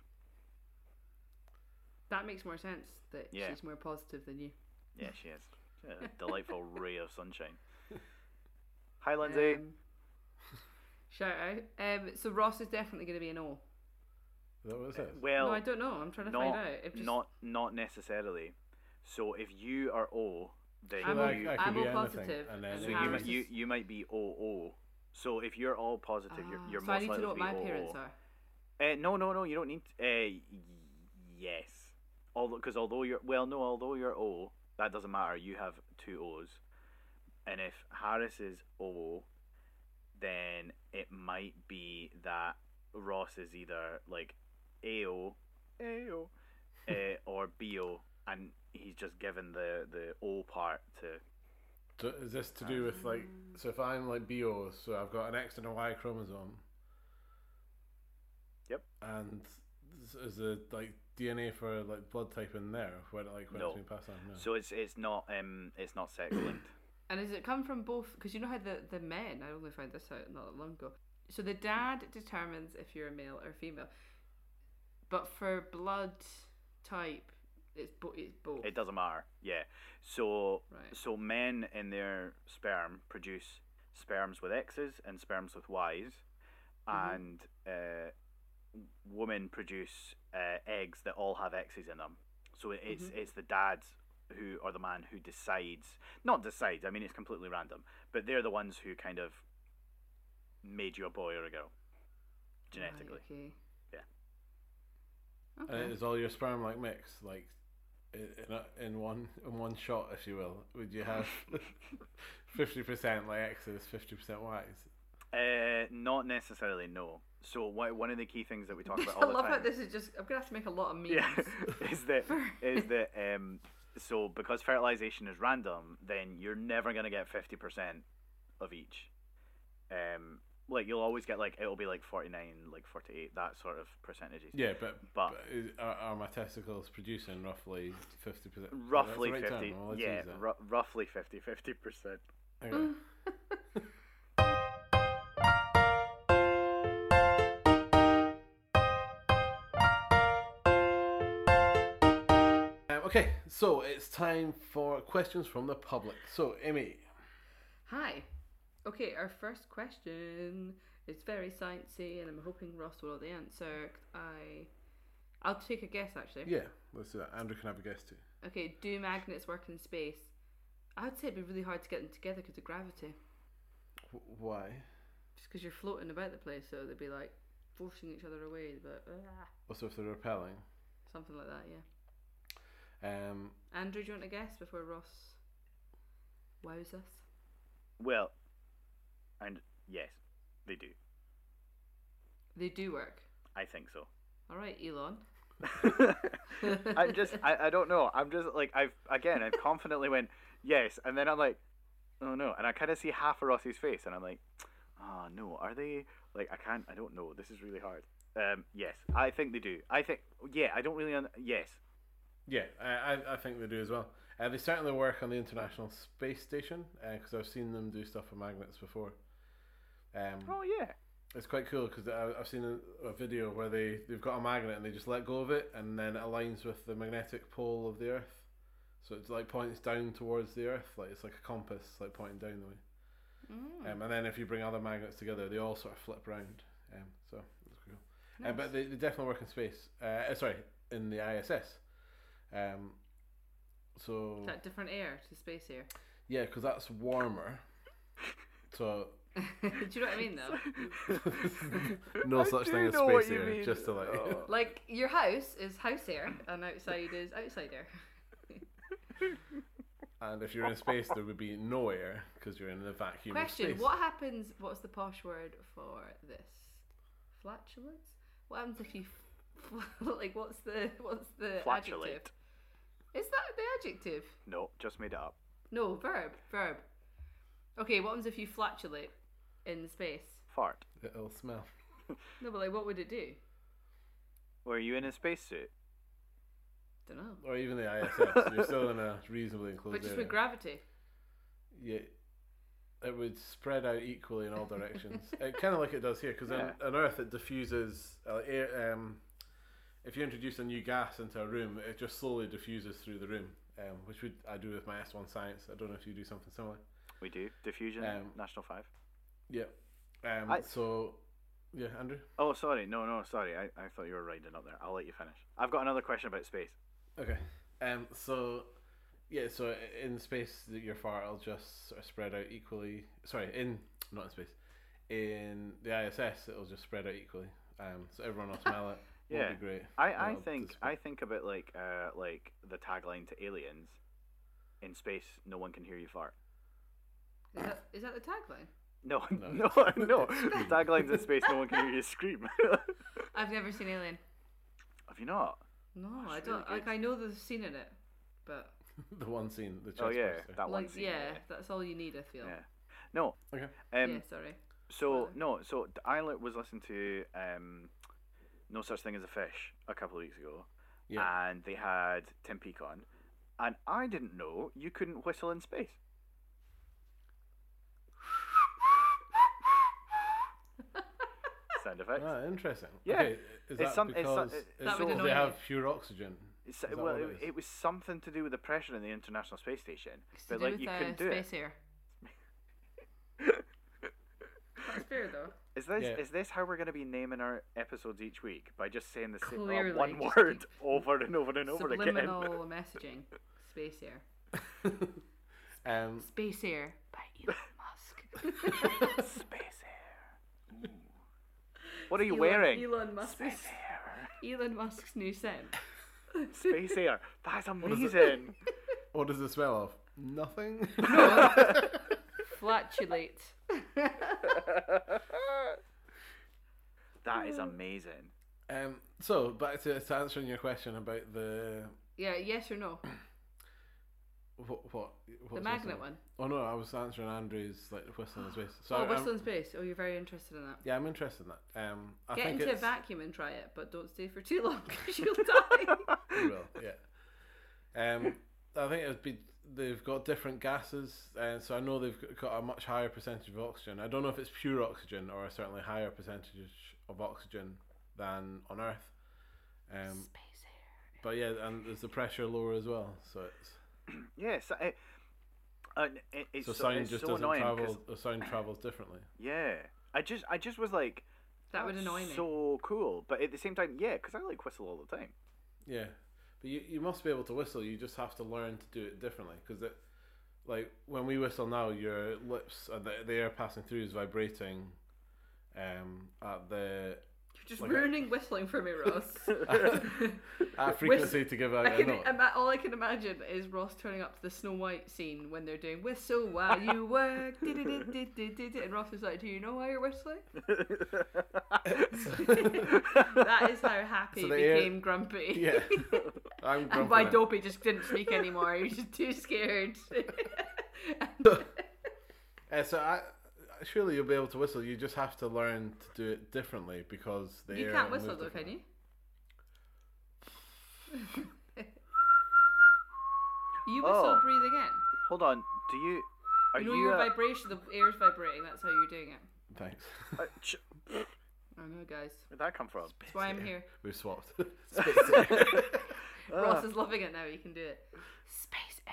S6: That makes more sense that
S5: Yeah.
S6: she's more positive than you.
S5: Yeah, she is. She's a delightful ray of sunshine. Hi, Lindsay.
S6: Um, shout out. Um, so Ross is definitely going to be an O.
S1: Is
S5: uh,
S1: that what it says?
S5: well,
S6: no, I don't know. I'm trying to
S5: not,
S6: find out. I've just-
S5: not not necessarily. So if you are O, then
S6: I'm
S1: Well,
S6: O-
S1: I-
S5: you,
S1: I
S6: I'm
S1: could
S6: O
S1: be anything,
S6: positive,
S1: and then
S6: and
S5: so
S1: it
S5: you,
S6: Harris
S5: might-
S1: was-
S5: you
S6: is-
S5: you might be O O. So if you're all positive, you're
S6: Ah,
S5: you're
S6: so
S5: most
S6: I need to
S5: likely
S6: know what
S5: be
S6: my
S5: OO.
S6: parents are.
S5: Uh, no, no, no. You don't need. To, uh, y- yes. Although, because although you're well, no, although you're O, that doesn't matter. You have two O's, and if Harris is O, then it might be that Ross is either like AO, AO, uh, or BO, and he's just given the the O part to.
S1: So is this to do with like?
S6: Um.
S1: So if I'm like BO, so I've got an X and a Y chromosome,
S5: Yep.
S1: and s- is the like DNA for like blood type in there when like when
S5: No.
S1: it's being passed on? No.
S5: So it's it's not um it's not sex linked.
S6: And does it come from both? Because you know how the, the men, I only found this out not that long ago. So the dad determines if you're a male or female. But for blood type, it's, bo- it's both.
S5: It doesn't matter. Yeah. So
S6: Right.
S5: so men in their sperm produce sperms with X's and sperms with Y's,
S6: Mm-hmm.
S5: and uh, women produce uh, eggs that all have X's in them. So it, it's
S6: Mm-hmm.
S5: it's the dads who or the man who decides, not decides. I mean, it's completely random, but they're the ones who kind of made you a boy or a girl
S6: Right,
S5: genetically.
S6: okay.
S5: Yeah.
S6: Okay.
S1: Uh, And is all your sperm like mixed? Like in, a- in one in one shot, if you will, would you have fifty percent like X's, fifty percent Y's?
S5: Uh, not necessarily, no. So what, one of the key things that we talk about all
S6: I
S5: the
S6: love
S5: time.
S6: how this is just. I'm gonna have to make a lot of memes.
S5: yeah, is that is that um, so because fertilization is random, then you're never gonna get fifty percent of each. Um, like you'll always get like it'll be like forty nine, like forty eight, that sort of percentages.
S1: Yeah, but
S5: But-
S1: but, is, are, are my testicles producing roughly fifty percent?
S5: Roughly fifty, yeah, ru- roughly 50 50 percent.
S1: Okay. Um, okay, so it's time for questions from the public. So, Amy,
S6: Hi. Okay, our first question is very sciencey, and I'm hoping Ross will know the answer. 'cause I, I'll take a guess actually.
S1: yeah, let's do that. Andrew can have a guess too.
S6: Okay, do magnets work in space? I would say it'd be really hard to get them together because of gravity.
S1: W- why?
S6: Just because you're floating about the place, so they'd be like forcing each other away, but ah,
S1: Also, if they're repelling.
S6: something like that. Yeah.
S1: Um,
S6: Andrew, do you want to guess before Ross wows us?
S5: Well, and yes, they do.
S6: They do work.
S5: I think so.
S6: All right, Elon.
S5: I'm just I, I don't know. I'm just like I've again I've confidently went yes and then I'm like oh no and I kind of see half of Rossi's face and I'm like ah no are they like I can't I don't know this is really hard um yes I think they do I think yeah I don't really un- yes
S1: yeah, I, I, I think they do as well. Uh, they certainly work on the International Space Station because I've seen them do stuff with magnets before. Um,
S5: oh yeah
S1: It's quite cool because I've seen a, a video where they they've got a magnet and they just let go of it and then it aligns with the magnetic pole of the Earth, so it's like points down towards the Earth, like it's like a compass, like pointing down the way. Um, and then if you bring other magnets together, they all sort of flip round. Um, so that's cool. Uh, but they, they definitely work in space. Uh, uh, sorry, in the ISS. Um, so
S6: Is that different air to space air?
S1: yeah, because that's warmer. So
S6: do you know what I mean though?
S1: no such
S5: do
S1: thing as
S5: know what
S1: space
S5: you
S1: here.
S5: mean. Oh.
S1: Just to like.
S6: like your house is house air, and outside is outside air.
S1: And if you're in space, there would be no air because you're in the vacuum. of
S6: Question:
S1: space.
S6: What happens? What's the posh word for this? Flatulence. What happens if you f- like? What's the what's the
S5: flatulate
S6: adjective? Is that the adjective?
S5: no just made it up
S6: No, verb, verb. Okay, what happens if you flatulate in space?
S5: fart
S1: It'll smell.
S6: No, but like, what would it do?
S5: were you in a spacesuit
S6: Don't know.
S1: Or even the ISS. you're still in a reasonably enclosed
S6: But just
S1: area.
S6: with gravity.
S1: yeah, it would spread out equally in all directions. it kind of like it does here because on, on Earth it diffuses uh, air. Um, if you introduce a new gas into a room, it just slowly diffuses through the room, um, which would I do with my S1 science. I don't know if you do something similar.
S5: we do diffusion
S1: Um,
S5: national five
S1: Yeah. Um,
S5: I-
S1: So, yeah, Andrew.
S5: oh sorry no no sorry I, I thought you were riding up there I'll let you finish I've got another question about space
S1: Okay. Um. So, yeah. So i- in space, th- your fart will just sort of spread out equally. Sorry, in not in space, in the ISS, it'll just spread out equally. Um. So everyone will smell it.
S5: Yeah,
S1: It'll be great.
S5: I, I
S1: It'll
S5: think
S1: disappear.
S5: I think about like uh like the tagline to Aliens, in space no one can hear you fart.
S6: Is that, is that the tagline?
S5: No, no, no. The taglines in space no one can hear you scream. Have
S6: I've never seen Alien.
S5: you not?
S6: No,
S5: it's
S6: I
S5: really
S6: don't.
S5: good.
S6: like, I know there's a scene in it, but
S1: the one scene. The chest
S5: oh yeah,
S1: burster.
S5: that one
S6: like,
S5: scene.
S6: yeah, that's all you need. I feel.
S5: yeah. No.
S1: Okay.
S5: Um.
S6: yeah, sorry.
S5: So no. So d- I li- was listening to um, no such thing as a fish a couple of weeks ago,
S1: Yeah.
S5: and they had Tim Peake on, and I didn't know you couldn't whistle in space. Sound effects.
S1: Ah, interesting.
S5: Uh, Yeah,
S1: Okay, is
S5: it's
S1: that
S5: some- it's some-
S1: because
S5: it-
S1: it's
S6: That would
S1: because
S6: annoy
S1: they
S6: me.
S1: have pure oxygen?
S5: It's-
S1: Is that
S5: well,
S1: what
S5: it,
S1: is?
S5: it was something to do with the pressure in the International Space Station,
S6: It's to
S5: but
S6: do
S5: like
S6: with,
S5: you
S6: uh,
S5: couldn't do
S6: space
S5: it.
S6: air. That's fair though.
S5: Is this
S1: Yeah.
S5: is this how we're going to be naming our episodes each week by just saying the same
S6: Clearly,
S5: uh, one
S6: just
S5: word
S6: keep
S5: over and over and over
S6: Subliminal
S5: again?
S6: messaging. Space air.
S1: um,
S6: Space air by Elon Musk.
S5: Space air. Ooh. What are you
S6: Elon-
S5: wearing?
S6: Elon Musk's Elon Musk's new scent.
S5: Space air. That's amazing.
S1: What does it smell of? Nothing.
S6: Flatulate.
S5: that is amazing.
S1: um, so back to, to answering your question about the
S6: Yeah, yes or no?
S1: what what what's
S6: The
S1: this
S6: magnet one.
S1: Oh no, I was answering Andrew's like whistling his waist. So
S6: Oh,
S1: I'm-
S5: um,
S6: whistle in space. Oh, you're very interested in that.
S1: yeah, I'm interested in that. Um, I
S6: Get
S1: think
S6: into a
S1: it's,
S6: vacuum and try it, but don't stay for too long because you'll die.
S1: You will, yeah. Um, I think it'd be they've got different gases, and so I know they've g- got a much higher percentage of oxygen. I don't know if it's pure oxygen or a certainly higher percentage of oxygen than on Earth. Um, But yeah, and there's the pressure lower as well, so it's
S5: Yes. I, and it, it's
S1: so,
S5: so,
S1: sound
S5: it's
S1: just
S5: so
S1: doesn't
S5: annoying 'cause-
S1: travel. The sound travels differently.
S5: Yeah. I just I just was like
S6: that would
S5: "That's
S6: annoy me.
S5: So cool, but at the same time, yeah, because I like whistle all the time.
S1: Yeah, but you, you must be able to whistle. You just have to learn to do it differently because it, like when we whistle now, your lips and the, the air passing through is vibrating, um, at the
S6: You're just
S1: Like a-
S6: ruining whistling for me, Ross.
S1: at frequency to give out
S6: I
S1: a
S6: can,
S1: note.
S6: ima- all I can imagine is Ross turning up to the Snow White scene when they're doing whistle while you work, di-di-di-di-di-di-di, and Ross is like, "Do you know why you're whistling?" that is how Happy
S1: So the air-
S6: became grumpy.
S1: Yeah, I'm grumpy
S6: and why
S1: now.
S6: Dopey just didn't speak anymore. He was just too scared.
S1: Uh, so I. Surely you'll be able to whistle. You just have to learn to do it differently because the
S6: you
S1: air
S6: can't
S1: moves
S6: whistle though, can
S1: differently.
S6: you? you whistle,
S5: Oh.
S6: breathe again.
S5: Hold on, do you are
S6: you
S5: you,
S6: know your
S5: uh,
S6: vibration, the air's vibrating. That's how you're doing it.
S1: Thanks.
S5: uh, ch- where'd
S6: I know, guys.
S5: that come from?
S6: That's why I'm here.
S1: We've swapped.
S6: Ross
S5: Ah.
S6: is loving it now. He can do it. Space air.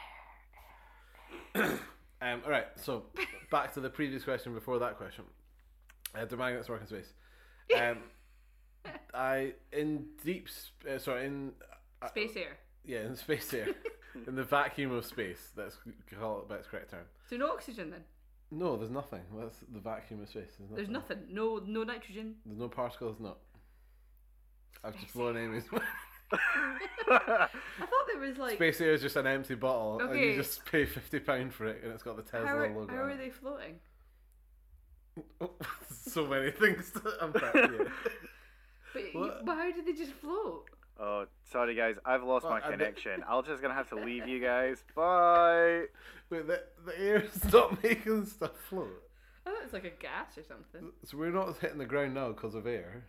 S1: Um, all right, so back to the previous question before that question. Uh, do magnets work in space? Um, I in deep, sp- uh, sorry, in
S6: Space air.
S1: yeah, in space air, in the vacuum of space. That's call it by its correct term.
S6: So no oxygen then.
S1: No, there's nothing. That's the vacuum of space. There's nothing.
S6: There's nothing. No, no nitrogen.
S1: There's no particles. No. I've just blown Amy's.
S6: I thought there was like.
S1: space air is just an empty bottle, and you
S6: Okay.
S1: just pay fifty pound for it, and it's got the Tesla
S6: how are,
S1: logo.
S6: how
S1: on
S6: are
S1: it.
S6: they floating?
S1: so many things. To unpack here.
S6: But, you-
S1: What?
S6: but how did they just float?
S5: Oh, sorry guys, I've lost
S1: Well,
S5: my
S1: I bet-
S5: connection. I'll just gonna have to leave you guys. Bye.
S1: Wait, the, the air is not making stuff float.
S6: I thought it was like a gas or something.
S1: So we're not hitting the ground now because of air.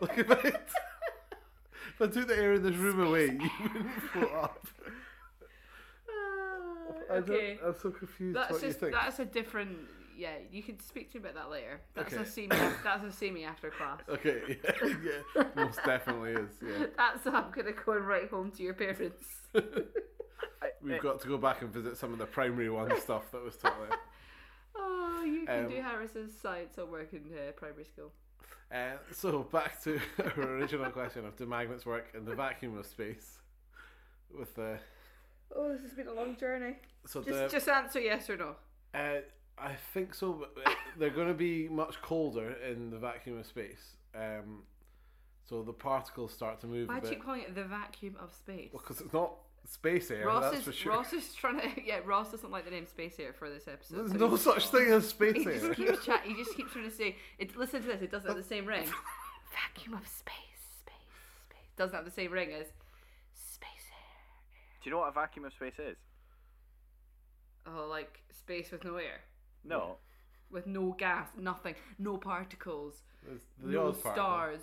S1: Look at it. If I took the air in this room away, you wouldn't float up.
S6: Uh,
S1: I don't-
S6: okay.
S1: I'm so confused
S6: That's
S1: what you
S6: just
S1: think.
S6: that's a different. Yeah, you can speak to me about that later. That's a
S1: Okay.
S6: see me. That's a see me after class.
S1: Okay, yeah, yeah, most definitely is. Yeah,
S6: That's I'm gonna go right home to your parents.
S1: we've got to go back and visit some of the primary one stuff that was taught there.
S6: Oh, you can
S1: Um,
S6: do Harris's science homework in uh, primary school.
S1: Uh, so back to our original question of do magnets work in the vacuum of space? With the
S6: Oh, this has been a long journey.
S1: so
S6: Just,
S1: the,
S6: just answer yes or no.
S1: Uh, I think so. But uh, they're going to be much colder in the vacuum of space. Um, so the particles start to move
S6: Why
S1: a
S6: do you
S1: bit
S6: calling it the vacuum of space?
S1: because it's not space air.
S6: Ross
S1: that's
S6: is
S1: for sure.
S6: Ross is trying to. Yeah, Ross doesn't like the name space air for this episode.
S1: There's
S6: so
S1: no
S6: he-
S1: such thing as space
S6: He
S1: air.
S6: just keeps chat. He just keeps trying to say. It, listen to this. It doesn't have the same ring. Vacuum of space, space, space. Doesn't have the same ring as space
S5: Do you know what a vacuum of space is?
S6: air. Oh, like space with no air,
S5: No.
S6: with no gas, nothing, no particles,
S1: There's the
S6: no
S1: odd particle.
S6: stars,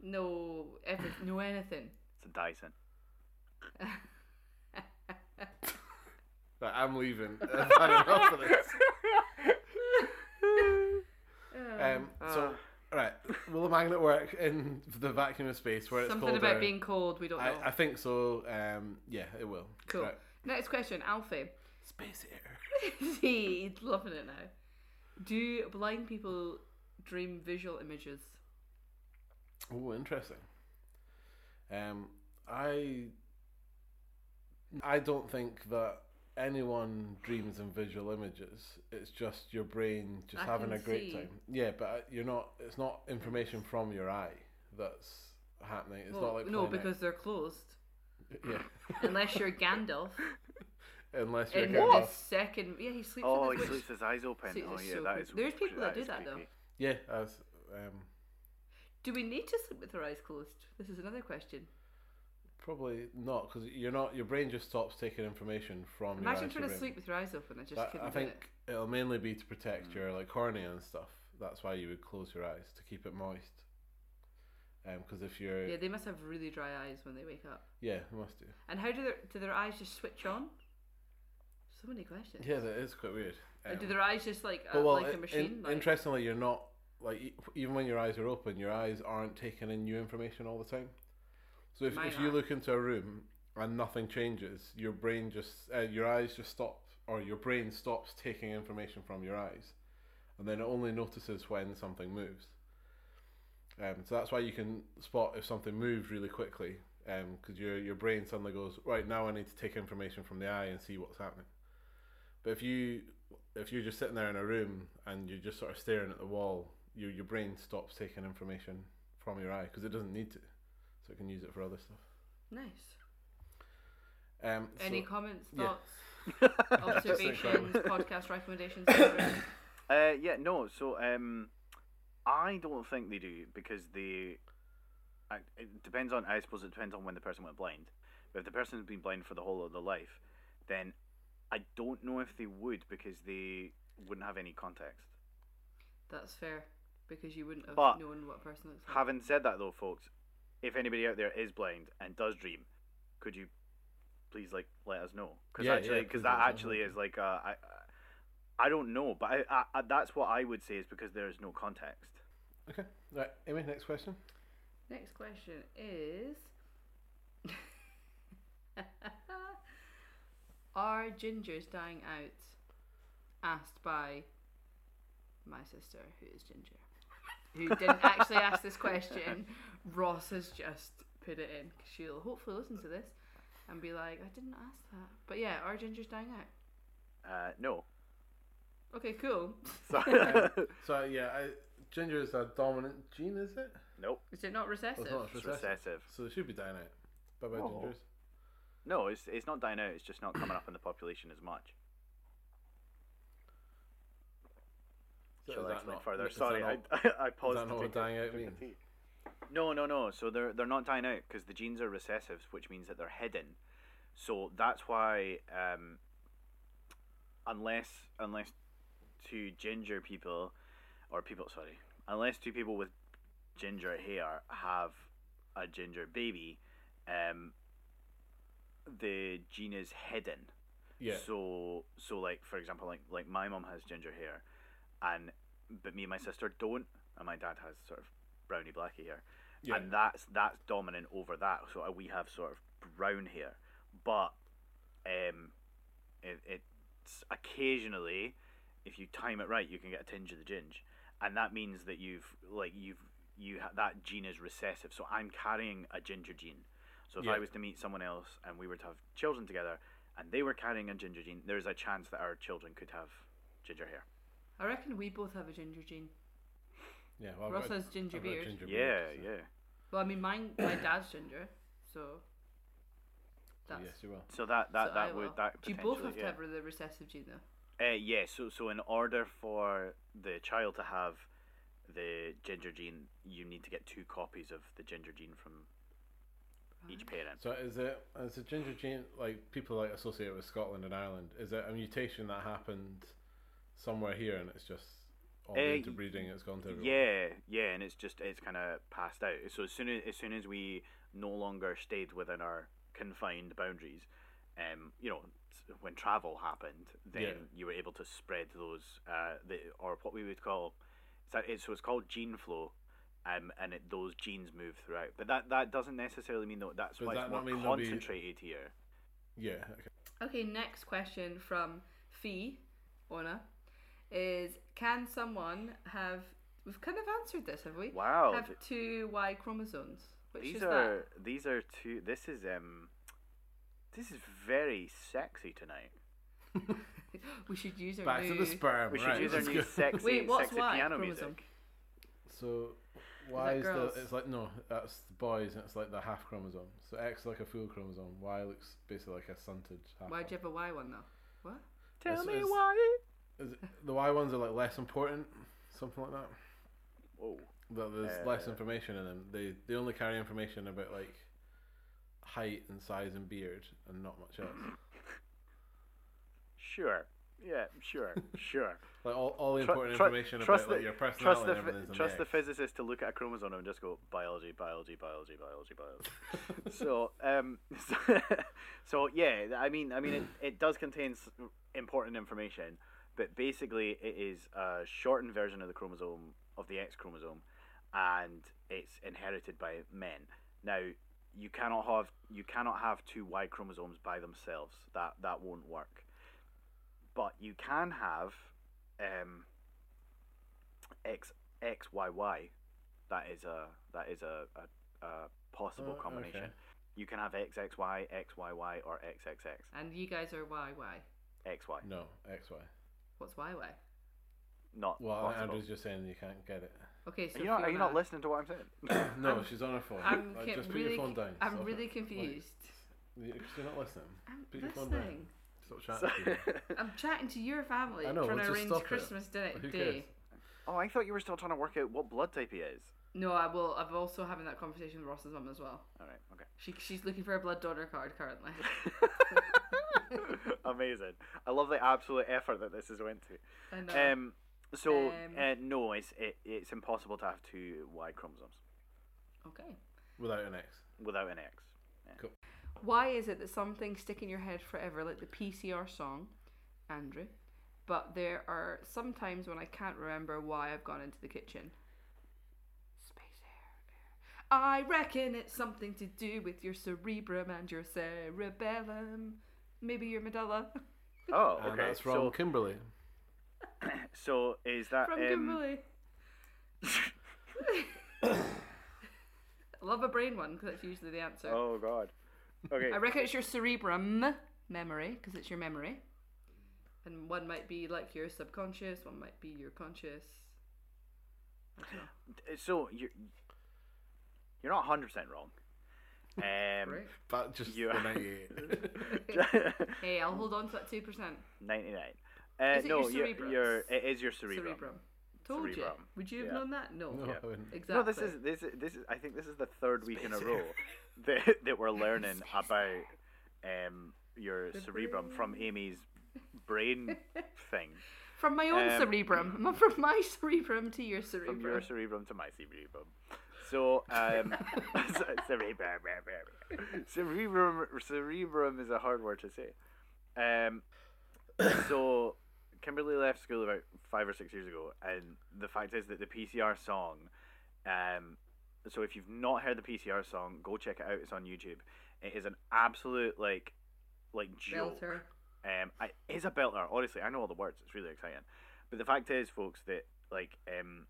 S6: no every, no anything.
S5: It's a Dyson.
S1: Right, I'm leaving. I've had enough of this.
S6: Oh,
S1: um, so, right, will a magnet work in the vacuum of space where it's
S6: Something
S1: colder?
S6: about being cold. We don't know.
S1: I, I think so. Um, yeah, it will.
S6: cool.
S1: Right.
S6: Next question, Alfie.
S1: Space air.
S6: See, he's loving it now. Do blind people dream visual images?
S1: Oh, interesting. Um, I I don't think that anyone dreams in visual images. It's just your brain just
S6: I
S1: having
S6: can
S1: a great
S6: see.
S1: time. Yeah, but you're not. It's not information from your eye that's happening. It's
S6: Well,
S1: not like
S6: no,
S1: Planet-
S6: because they're closed.
S1: yeah,
S6: Unless you're Gandalf.
S1: unless you're
S6: in
S1: Gandalf.
S6: the second. Yeah, he sleeps
S5: Oh,
S6: in
S5: he
S6: his
S5: sleeps his eyes open.
S6: See,
S5: oh
S6: it's
S5: yeah,
S6: so
S5: that
S6: creepy.
S5: is.
S6: There's people that do
S5: is
S6: that, though.
S5: creepy.
S1: Yeah, I was, um,
S6: Do we need to sleep with our eyes closed? This is another question.
S1: probably not because you're not. Your brain just stops taking information from. your
S6: Imagine
S1: eyes, your
S6: trying to
S1: brain.
S6: sleep with your eyes open. I just
S1: That-
S6: couldn't
S1: I
S6: do
S1: think
S6: it.
S1: it. will mainly be to protect your like cornea and stuff. That's why you would close your eyes to keep it moist. Because if you're
S6: Yeah, they must have really dry eyes when they wake up.
S1: yeah, you must do.
S6: And how do their do their eyes just switch on? So many questions.
S1: Yeah, that is quite weird.
S6: Or do
S1: Um,
S6: their eyes just like uh,
S1: But well,
S6: like
S1: in-
S6: a machine?
S1: in-
S6: like,
S1: interestingly, you're not like e- even when your eyes are open, your eyes aren't taking in new information all the time. So if,
S6: Mine
S1: if you
S6: are.
S1: look into a room and nothing changes, your brain just uh, your eyes just stop or your brain stops taking information from your eyes, and then it only notices when something moves. Um, so that's why you can spot if something moves really quickly, because your your brain suddenly goes right now. I need to take information from the eye and see what's happening. But if you if you're just sitting there in a room and you're just sort of staring at the wall, your your brain stops taking information from your eye because it doesn't need to, so it can use it for other stuff.
S6: nice.
S1: Um, so-
S6: Any comments,
S1: yeah.
S6: thoughts,
S5: Just think about
S6: observations,
S5: it.
S6: podcast recommendations? etc.?
S5: Uh, yeah, no. So um, I don't think they do because they. I, it depends on. I suppose it depends on when the person went blind. But if the person has been blind for the whole of their life, then I don't know if they would because they wouldn't have any context.
S6: That's fair because you wouldn't have
S5: But
S6: known what a person looks like.
S5: Having said that, though, folks, if anybody out there is blind and does dream, could you please like let us know? Because
S1: Yeah, yeah,
S5: actually,
S1: please
S5: because
S1: let us
S5: that
S1: know.
S5: actually is like uh, I, I don't know, but I, I, I, that's what I would say is because there is no context.
S1: okay, right, Amy, next question.
S6: Next question is Are gingers dying out? Asked by my sister, who is ginger, who didn't actually ask this question. Ross has just put it in. 'cause She'll hopefully listen to this and be like, I didn't ask that. But yeah, are gingers dying out?
S5: Uh, no.
S6: Okay, cool.
S5: Sorry.
S1: So yeah, I, ginger is a dominant gene, is it?
S5: nope.
S6: Is it not recessive?
S1: Well, it's
S5: It's
S1: recessive.
S5: recessive.
S1: So it should be dying out. Bye bye,
S5: Oh.
S1: gingers.
S5: No, it's it's not dying out. It's just not coming up in the population as much.
S1: So
S5: Shall
S1: is
S5: I
S1: that
S5: explain
S1: not-
S5: further?
S1: is that
S5: Sorry,
S1: not-
S5: I, I, I
S1: Is
S5: paused.
S1: that
S5: to
S1: not
S5: take
S1: what
S5: a-
S1: dying out
S5: take a
S1: means?
S5: tea. No, no, no. So they're they're not dying out because the genes are recessive, which means that they're hidden. So that's why, um, unless unless two ginger people, or people, sorry, unless two people with ginger hair have a ginger baby, um, the gene is hidden.
S1: Yeah.
S5: So so like for example like like my mum has ginger hair, and but me and my sister don't, and my dad has sort of browny blacky hair,
S1: Yeah.
S5: and that's that's dominant over that. So uh, we have sort of brown hair, but um, it, it's occasionally if you time it right you can get a tinge of the ginge, and that means that you've like you've you ha- that gene is recessive. So I'm carrying a ginger gene. So if
S1: Yeah.
S5: I was to meet someone else and we were to have children together and they were carrying a ginger gene, there's a chance that our children could have ginger hair.
S6: I reckon we both have a ginger gene.
S1: yeah. Well, I've
S6: Ross
S1: got-
S6: has ginger
S1: I've got
S6: beard.
S1: ginger
S5: Yeah,
S1: beard, so-
S5: yeah.
S6: Well, I mean, mine, my dad's ginger, so that's
S1: Yes, you will.
S5: So that that,
S6: so I
S5: that
S6: will.
S5: would that
S6: Do you both
S5: potentially-
S6: have to
S5: yeah.
S6: have the recessive gene though?
S5: Uh, yeah, so so in order for the child to have the ginger gene, you need to get two copies of the ginger gene from each parent.
S1: So is it is the ginger gene like people like associate it with Scotland and Ireland? Is it a mutation that happened somewhere here and it's just all the
S5: Uh,
S1: interbreeding? It's gone to everyone?
S5: Yeah, yeah, and it's just it's kind of passed out. So as soon as as soon as we no longer stayed within our confined boundaries, um, you know, s- when travel happened, then
S1: Yeah.
S5: you were able to spread those uh, the or what we would call so it's so it's called gene flow. Um, and it, those genes move throughout, but that, that doesn't necessarily mean though. That's
S1: Does
S5: why
S1: that
S5: it's more
S1: not mean there'll be-
S5: concentrated here.
S1: yeah. Okay.
S6: Okay, next question from Fee, Ona, is can someone have? We've kind of answered this, have we?
S5: Wow,
S6: Have
S5: th-
S6: two Y chromosomes. Which
S5: these
S6: is
S5: are these are two. This is um, this is very sexy tonight.
S6: that? We should use our
S1: Back
S6: new.
S1: to the sperm.
S5: We should
S1: right,
S5: use our
S1: let's go.
S5: new sexy,
S6: Wait, what's
S5: sexy
S6: Y
S5: piano
S6: chromosome?
S5: music.
S1: So Why
S6: that
S1: is the?
S6: girls?
S1: It's like no, that's the boys, and it's like the half chromosome. So X like a full chromosome. Y looks basically like a stunted half.
S6: Why'd you have a Y one though? What?
S1: Tell me why. the Y ones are like less important, something like that.
S5: Whoa.
S1: That there's
S5: Uh,
S1: less information in them. They they only carry information about like height and size and beard and not much else.
S5: Sure. Yeah, sure, sure.
S1: Like all, all the
S5: Tru-
S1: important
S5: tru-
S1: information about like your personality
S5: trust the,
S1: and
S5: phy-
S1: everything's in
S5: trust
S1: the
S5: the
S1: egg.
S5: physicist to look at a chromosome and just go biology, biology, biology, biology, biology. so, um, so, yeah, I mean, I mean, it, it does contain s- important information, but basically, it is a shortened version of the chromosome of the X chromosome, and it's inherited by men. Now, you cannot have you cannot have two Y chromosomes by themselves. That that won't work. But you can have um, X X Y Y. That is a that is a, a, a possible
S1: Uh,
S5: combination.
S1: okay.
S5: You can have X X Y X Y Y or X X X
S6: And you guys are Y Y.
S5: X Y.
S1: No, X Y.
S6: What's Y Y?
S5: Not
S1: Well,
S5: possible.
S1: Andrew's just saying you can't get it.
S6: Okay, so
S5: Are you not, are you
S6: Fiona-
S5: not listening to what I'm saying?
S1: No, she's on her phone.
S6: I'm
S1: Like,
S6: ca-
S1: just put
S6: really,
S1: your phone down.
S6: I'm
S1: Stop
S6: really
S1: it. Like,
S6: confused.
S1: you- 'cause you're not listening.
S6: I'm
S1: put your phone down.
S6: listening.
S1: Stop chatting. to people.
S6: I'm chatting to your family,
S1: I know.
S6: trying
S1: we'll
S6: to
S1: just
S6: arrange
S1: stop
S6: Christmas
S1: it.
S6: dinner
S1: Who
S6: day.
S1: cares?
S5: oh, I thought you were still trying to work out what blood type he is.
S6: No, I will. I'm also having that conversation with Ross's mum as well.
S5: All right. Okay.
S6: She, she's looking for a blood donor card currently.
S5: Amazing. I love the absolute effort that this has went to.
S6: I know.
S5: Um, so
S6: Um,
S5: uh, no, it's it, it's impossible to have two Y chromosomes
S6: okay.
S1: Without an X.
S5: without an X. Yeah.
S1: Cool.
S6: Why is it that some things stick in your head forever, like the PCR song, Andrew? But there are some times when I can't remember why I've gone into the kitchen. Space air. air. I reckon it's something to do with your cerebrum and your cerebellum. Maybe your medulla.
S5: Oh, okay.
S1: And that's from
S5: so,
S1: Kimberly.
S5: so is that
S6: From
S5: um,
S6: Kimberly. I love a brain one because that's usually the answer.
S5: Oh God. Okay.
S6: I reckon it's your cerebrum memory because it's your memory, and one might be like your subconscious, one might be your conscious. I don't know.
S5: so you're you're not hundred percent wrong. Um,
S6: Right.
S1: But just
S5: You-
S1: the 98.
S6: Hey, I'll hold on to that two percent.
S5: ninety nine. Uh,
S6: Is it
S5: no,
S6: your
S5: you're-
S6: cerebrum?
S5: you're- it is your cerebrum.
S6: Cerebrum. Told you.
S5: Cerebrum.
S6: Would you have
S5: Yeah.
S6: known that? No.
S1: No, I wouldn't.
S6: Exactly.
S5: No, this is this is this is. I think this is the third week in a row that that we're learning about um your cerebrum from Amy's brain thing,
S6: from my own
S5: um,
S6: cerebrum. Not From my cerebrum to your
S5: from
S6: cerebrum.
S5: your cerebrum to my cerebrum. So um, so- cerebrum, cerebrum, cerebrum is a hard word to say. Um, so Kimberly left school about five or six years ago, and the fact is that the PCR song, um, so if you've not heard the PCR song, go check it out. It's on YouTube. It is an absolute like, like joke.
S6: Belter.
S5: Um, I, it's a belter. Honestly, I know all the words. It's really exciting. But the fact is, folks, that like um,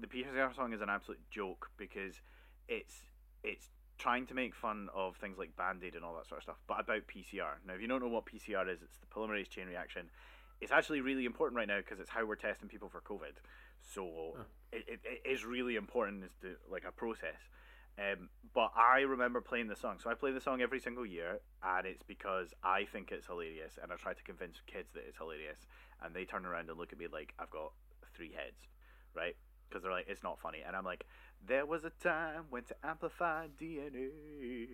S5: the PCR song is an absolute joke because it's it's trying to make fun of things like Band-Aid and all that sort of stuff, but about PCR. Now, if you don't know what PCR is, it's the polymerase chain reaction. It's actually really important right now because it's how we're testing people for COVID. So it, it, it is really important as to like a process. Um, but I remember playing the song. So I play the song every single year, and it's because I think it's hilarious, and I try to convince kids that it's hilarious, and they turn around and look at me like I've got three heads, right? Because they're like, it's not funny, and I'm like, there was a time when to amplify DNA,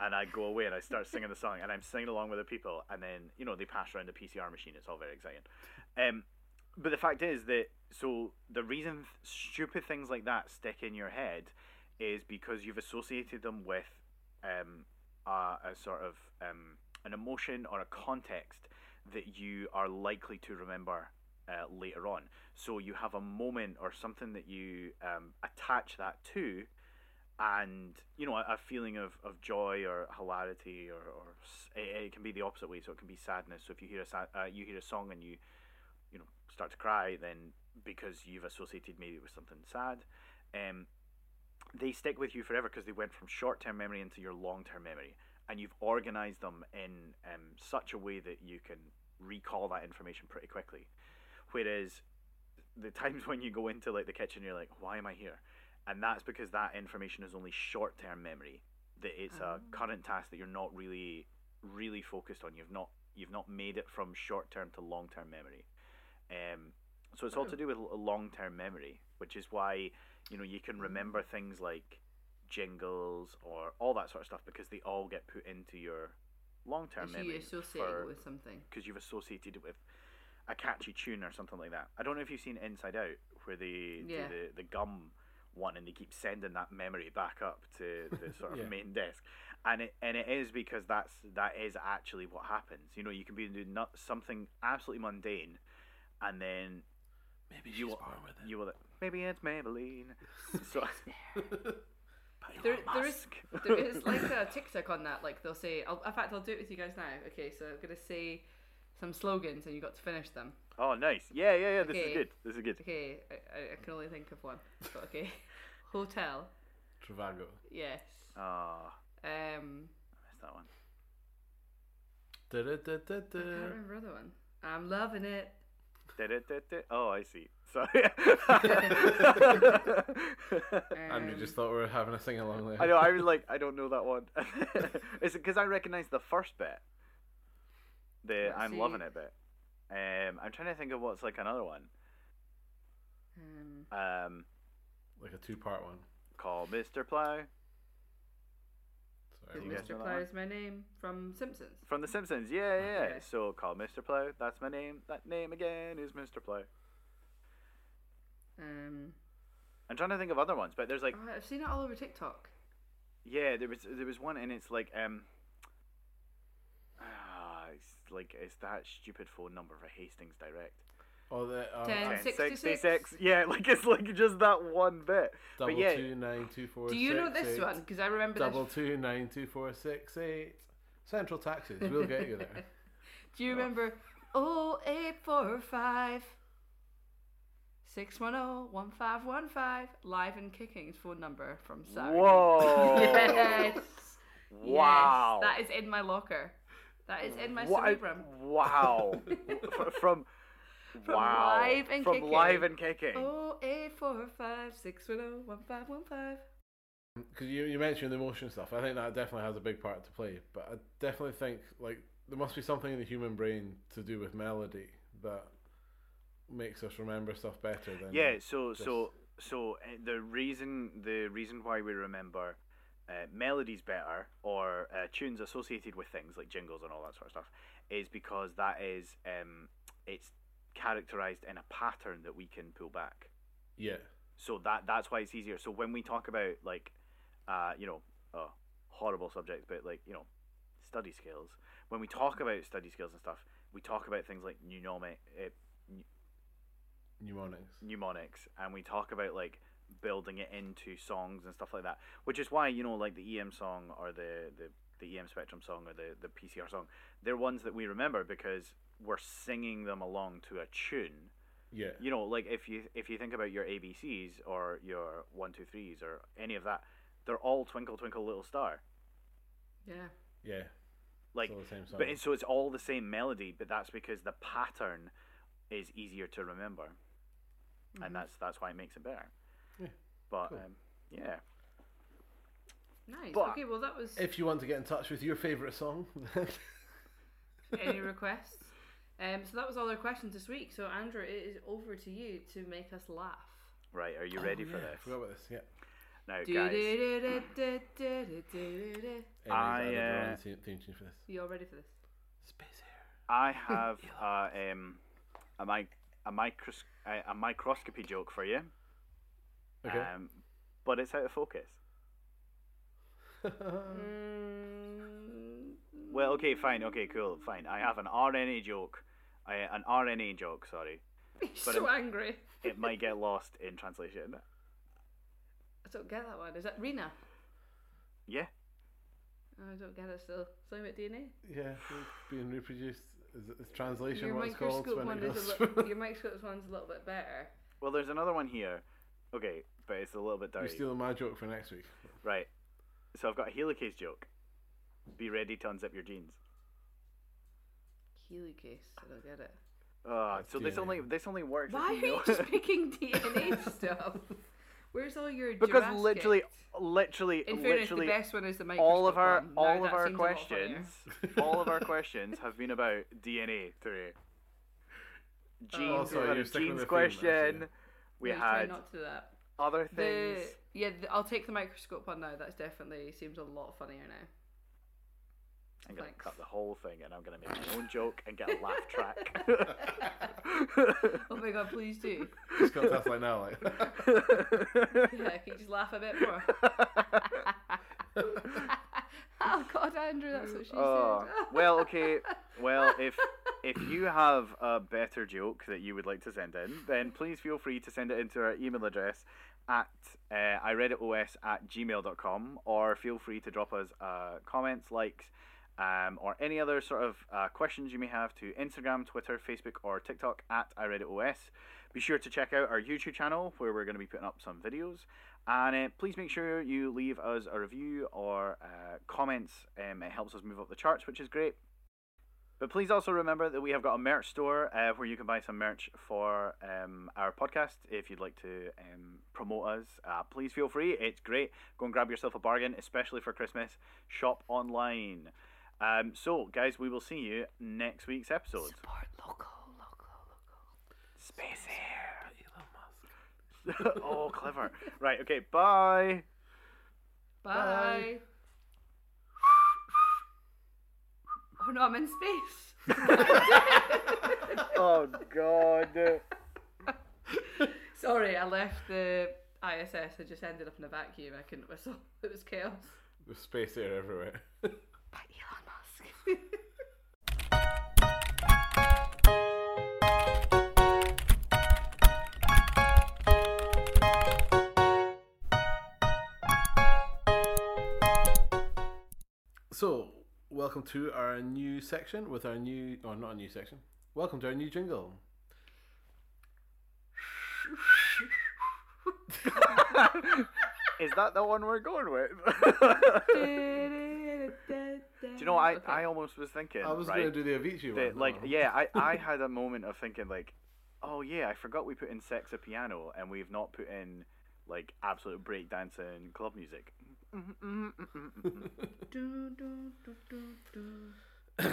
S5: and I go away and I start singing the song, and I'm singing along with the people, and then you know they pass around the PCR machine. It's all very exciting. Um, but the fact is that so the reason th- stupid things like that stick in your head is because you've associated them with um, a, a sort of um, an emotion or a context that you are likely to remember uh, later on. So you have a moment or something that you um, attach that to, and you know a, a feeling of, of joy or hilarity or, or s- it, it can be the opposite way. So it can be sadness. So if you hear a sad, uh, you hear a song and you you know start to cry, then because you've associated maybe with something sad. Um, they stick with you forever because they went from short term memory into your long term memory, and you've organized them in um, such a way that you can recall that information pretty quickly. Whereas the times when you go into like the kitchen, you're like, "Why am I here?" and that's because that information is only short-term memory. That it's a current task that you're not really, really focused on. You've not you've not made it from short-term to long-term memory. Um, so it's all to do with l- long-term memory, which is why you know you can remember things like jingles or all that sort of stuff because they all get put into your long-term
S6: So
S5: memory.
S6: you associate
S5: for-
S6: it with something.
S5: because you've associated it with a catchy tune or something like that. I don't know if you've seen Inside Out, where they
S6: Yeah.
S5: do the, the gum one and they keep sending that memory back up to the sort of
S1: Yeah.
S5: main desk, and it and it is because that's that is actually what happens. You know, you can be doing not, something absolutely mundane, and then
S1: Maybe
S5: you
S1: she's
S5: will,
S1: born with it.
S5: you will maybe it's Maybelline. so,
S6: There, there is, there is like a TikTok on that. Like they'll say, I'll, in fact, I'll do it with you guys now. Okay, so I'm gonna say some slogans, and you got to finish them.
S5: oh, nice. Yeah, yeah, yeah. This
S6: Okay.
S5: is good. This is good.
S6: Okay, I, I- I can only think of one. But okay, hotel.
S1: Travago.
S6: Yes.
S5: Ah,
S6: Um,
S5: I missed that one.
S1: Da, da, da, da,
S6: I can't
S1: da.
S6: remember the other one. I'm loving it.
S5: Da-da-da-da. Oh, I see. Sorry.
S1: And we
S6: Um,
S1: just thought we were having a sing along there.
S5: I know. I was like, I don't know that one. Is it because I recognise the first bit? The
S6: Let's
S5: I'm
S6: see.
S5: loving it bit. Um, I'm trying to think of what's like another one.
S6: Um,
S5: Um,
S1: Like a two part one.
S5: call Mr. Plow
S1: Sorry.
S6: Because
S5: you guys know
S6: Mr.
S5: that
S6: Plow
S5: one?
S6: is my name from Simpsons.
S5: from The Simpsons. Yeah, yeah. yeah.
S6: Okay.
S5: So call Mr. Plow. That's my name. That name again is Mr. Plow.
S6: Um,
S5: I'm trying to think of other ones, but there's like,
S6: oh, I've seen it all over TikTok.
S5: yeah, there was there was one, and it's like um. ah, It's like it's that stupid phone number for Hastings Direct.
S1: Oh, the uh,
S6: Ten.
S1: ten.
S6: 66.
S5: 1066. Yeah, like it's like just that one bit.
S1: double
S5: but yeah,
S1: two nine two four.
S6: Do you know
S1: six,
S6: this
S1: eight.
S6: one? Because I remember
S1: Double
S6: this.
S1: two nine two four six eight. Central taxes. We'll get you there.
S6: Do you remember? Oh eight four five. Six one zero one five one five. Live and Kicking's phone number from Saturday.
S5: Whoa!
S6: yes.
S5: Wow.
S6: Yes, that is in my locker. That is in my
S5: Wha-
S6: cerebrum.
S5: Wow. F- from, wow.
S6: Live and
S5: from
S6: Kicking.
S5: live and kicking.
S6: Oh eight four five six one zero one five one five.
S1: Because you, you mentioned the emotion stuff. I think that definitely has a big part to play. But I definitely think like there must be something in the human brain to do with melody that makes us remember stuff better than
S5: yeah. So
S1: just-
S5: so so uh, the reason the reason why we remember uh, melodies better or uh, tunes associated with things like jingles and all that sort of stuff is because that is um, it's characterized in a pattern that we can pull back.
S1: yeah
S5: so that that's why it's easier. So when we talk about like, uh, you know, a horrible subject, but like you know, study skills. When we talk about study skills and stuff, we talk about things like mnemonic, uh,
S1: mnemonics.
S5: mnemonics, and we talk about like building it into songs and stuff like that. Which is why you know, like the EM song or the the, the EM Spectrum song or the the PCR song, they're ones that we remember because we're singing them along to a tune
S1: Yeah,
S5: you know like if you if you think about your abcs or your one two threes or any of that they're all twinkle twinkle little star
S6: Yeah.
S1: yeah.
S5: like
S1: all the same
S5: but
S1: song.
S5: so it's all the same melody but that's because the pattern is easier to remember
S1: Mm-hmm.
S5: and that's that's why it makes it better
S1: Yeah,
S5: but
S1: cool.
S5: um, yeah
S6: Nice.
S5: But-
S6: okay. Well, that was.
S1: If you want to get in touch with your favorite song,
S6: any requests? Um, so that was all our questions this week. So Andrew, it is over to you to make us laugh.
S5: right are you ready
S1: Oh,
S5: for
S1: yeah, I
S5: this
S1: forgot about this. Yeah.
S5: now guys
S6: Do-do-do-do-do-do-do-do.
S5: I,
S1: Anyway, got another
S5: uh,
S1: theme, theme tune for this.
S6: You all ready for this?
S1: Space Air.
S5: i have uh, um, a, mic- a, micros- a, a microscopy joke for you
S1: Okay.
S5: um, but it's out of focus Um, Mm. Well, okay, fine, okay, cool, fine. I have an RNA joke, I, an RNA joke, sorry.
S6: He's
S5: But
S6: so
S5: I'm-
S6: angry.
S5: It might get lost in translation.
S6: I don't get that one. Is that Rena?
S5: Yeah,
S6: Oh, I don't get it still. Something about DNA.
S1: yeah, it's being reproduced. Is it, is translation
S6: Your
S1: what it's called
S6: microscope
S1: when
S6: one
S1: it goes
S6: is a
S1: through-
S6: little. Your microscope one's a little bit better.
S5: well, there's another one here. Okay, but it's a little bit
S1: You're
S5: dirty.
S1: stealing my joke for next week.
S5: Right, so I've got a helicase joke. Be ready to unzip your jeans.
S6: Helicase. I don't get it.
S5: Uh, so this
S1: DNA.
S5: only this only works.
S6: Why are
S5: if you
S6: you
S5: know-
S6: just picking DNA stuff? Where's all your
S5: Because
S6: Jurassic?
S5: literally, literally,
S6: In fairness,
S5: literally,
S6: the best one is the microscope
S5: all of our
S6: one. Now
S5: all of
S6: that
S5: our
S6: seems a lot funnier.
S5: questions, all of our questions have been about DNA today. Genes,
S1: Oh, sorry,
S5: we had
S1: you're
S5: a
S1: sticking
S5: genes
S1: with the theme, I see.
S5: uh, question. We
S6: No, try
S5: had
S6: not to do that.
S5: other things.
S6: The, yeah, th- I'll take the microscope one now. That's definitely seems a lot funnier now.
S5: I'm gonna
S6: Thanks.
S5: cut the whole thing, and I'm gonna make my own joke and get a laugh track.
S6: Oh my god, please do.
S1: Just got to like now, like.
S6: Yeah, can you just laugh a bit more? oh god, Andrew, that's what she
S5: Oh,
S6: said.
S5: well, okay. Well, if if you have a better joke that you would like to send in, then please feel free to send it into our email address at uh, iRedditOS at gmail.com or feel free to drop us uh, comments, likes, um, or any other sort of uh, questions you may have to Instagram, Twitter, Facebook, or TikTok at iRedditOS. Be sure to check out our YouTube channel where we're going to be putting up some videos. And uh, please make sure you leave us a review or uh, comments. Um, it helps us move up the charts, which is great. But please also remember that we have got a merch store uh, where you can buy some merch for um, our podcast. If you'd like to um, promote us, uh, please feel free. It's great. Go and grab yourself a bargain, especially for Christmas. Shop online. Um, so, guys, we will see you next week's episode.
S6: Support local, local, local.
S5: Space air. oh, clever. Right, okay, bye.
S6: Bye. oh no, I'm in space.
S5: Oh, God.
S6: Sorry, I left the ISS. I just ended up in a vacuum. I couldn't whistle. It was chaos.
S1: There's space air everywhere.
S6: By Elon Musk.
S1: so, welcome to our new section with our new, or not a new section. Welcome to our new jingle.
S5: Is that the one we're going with? do you know, I, I almost was thinking.
S1: I was
S5: right,
S1: going to do the Avicii
S5: that,
S1: one.
S5: Like,
S1: no.
S5: yeah, I, I had a moment of thinking, like, oh, yeah, I forgot we put in sex a piano and we've not put in, like, absolute breakdancing club music.
S6: Do, do, do, do, do.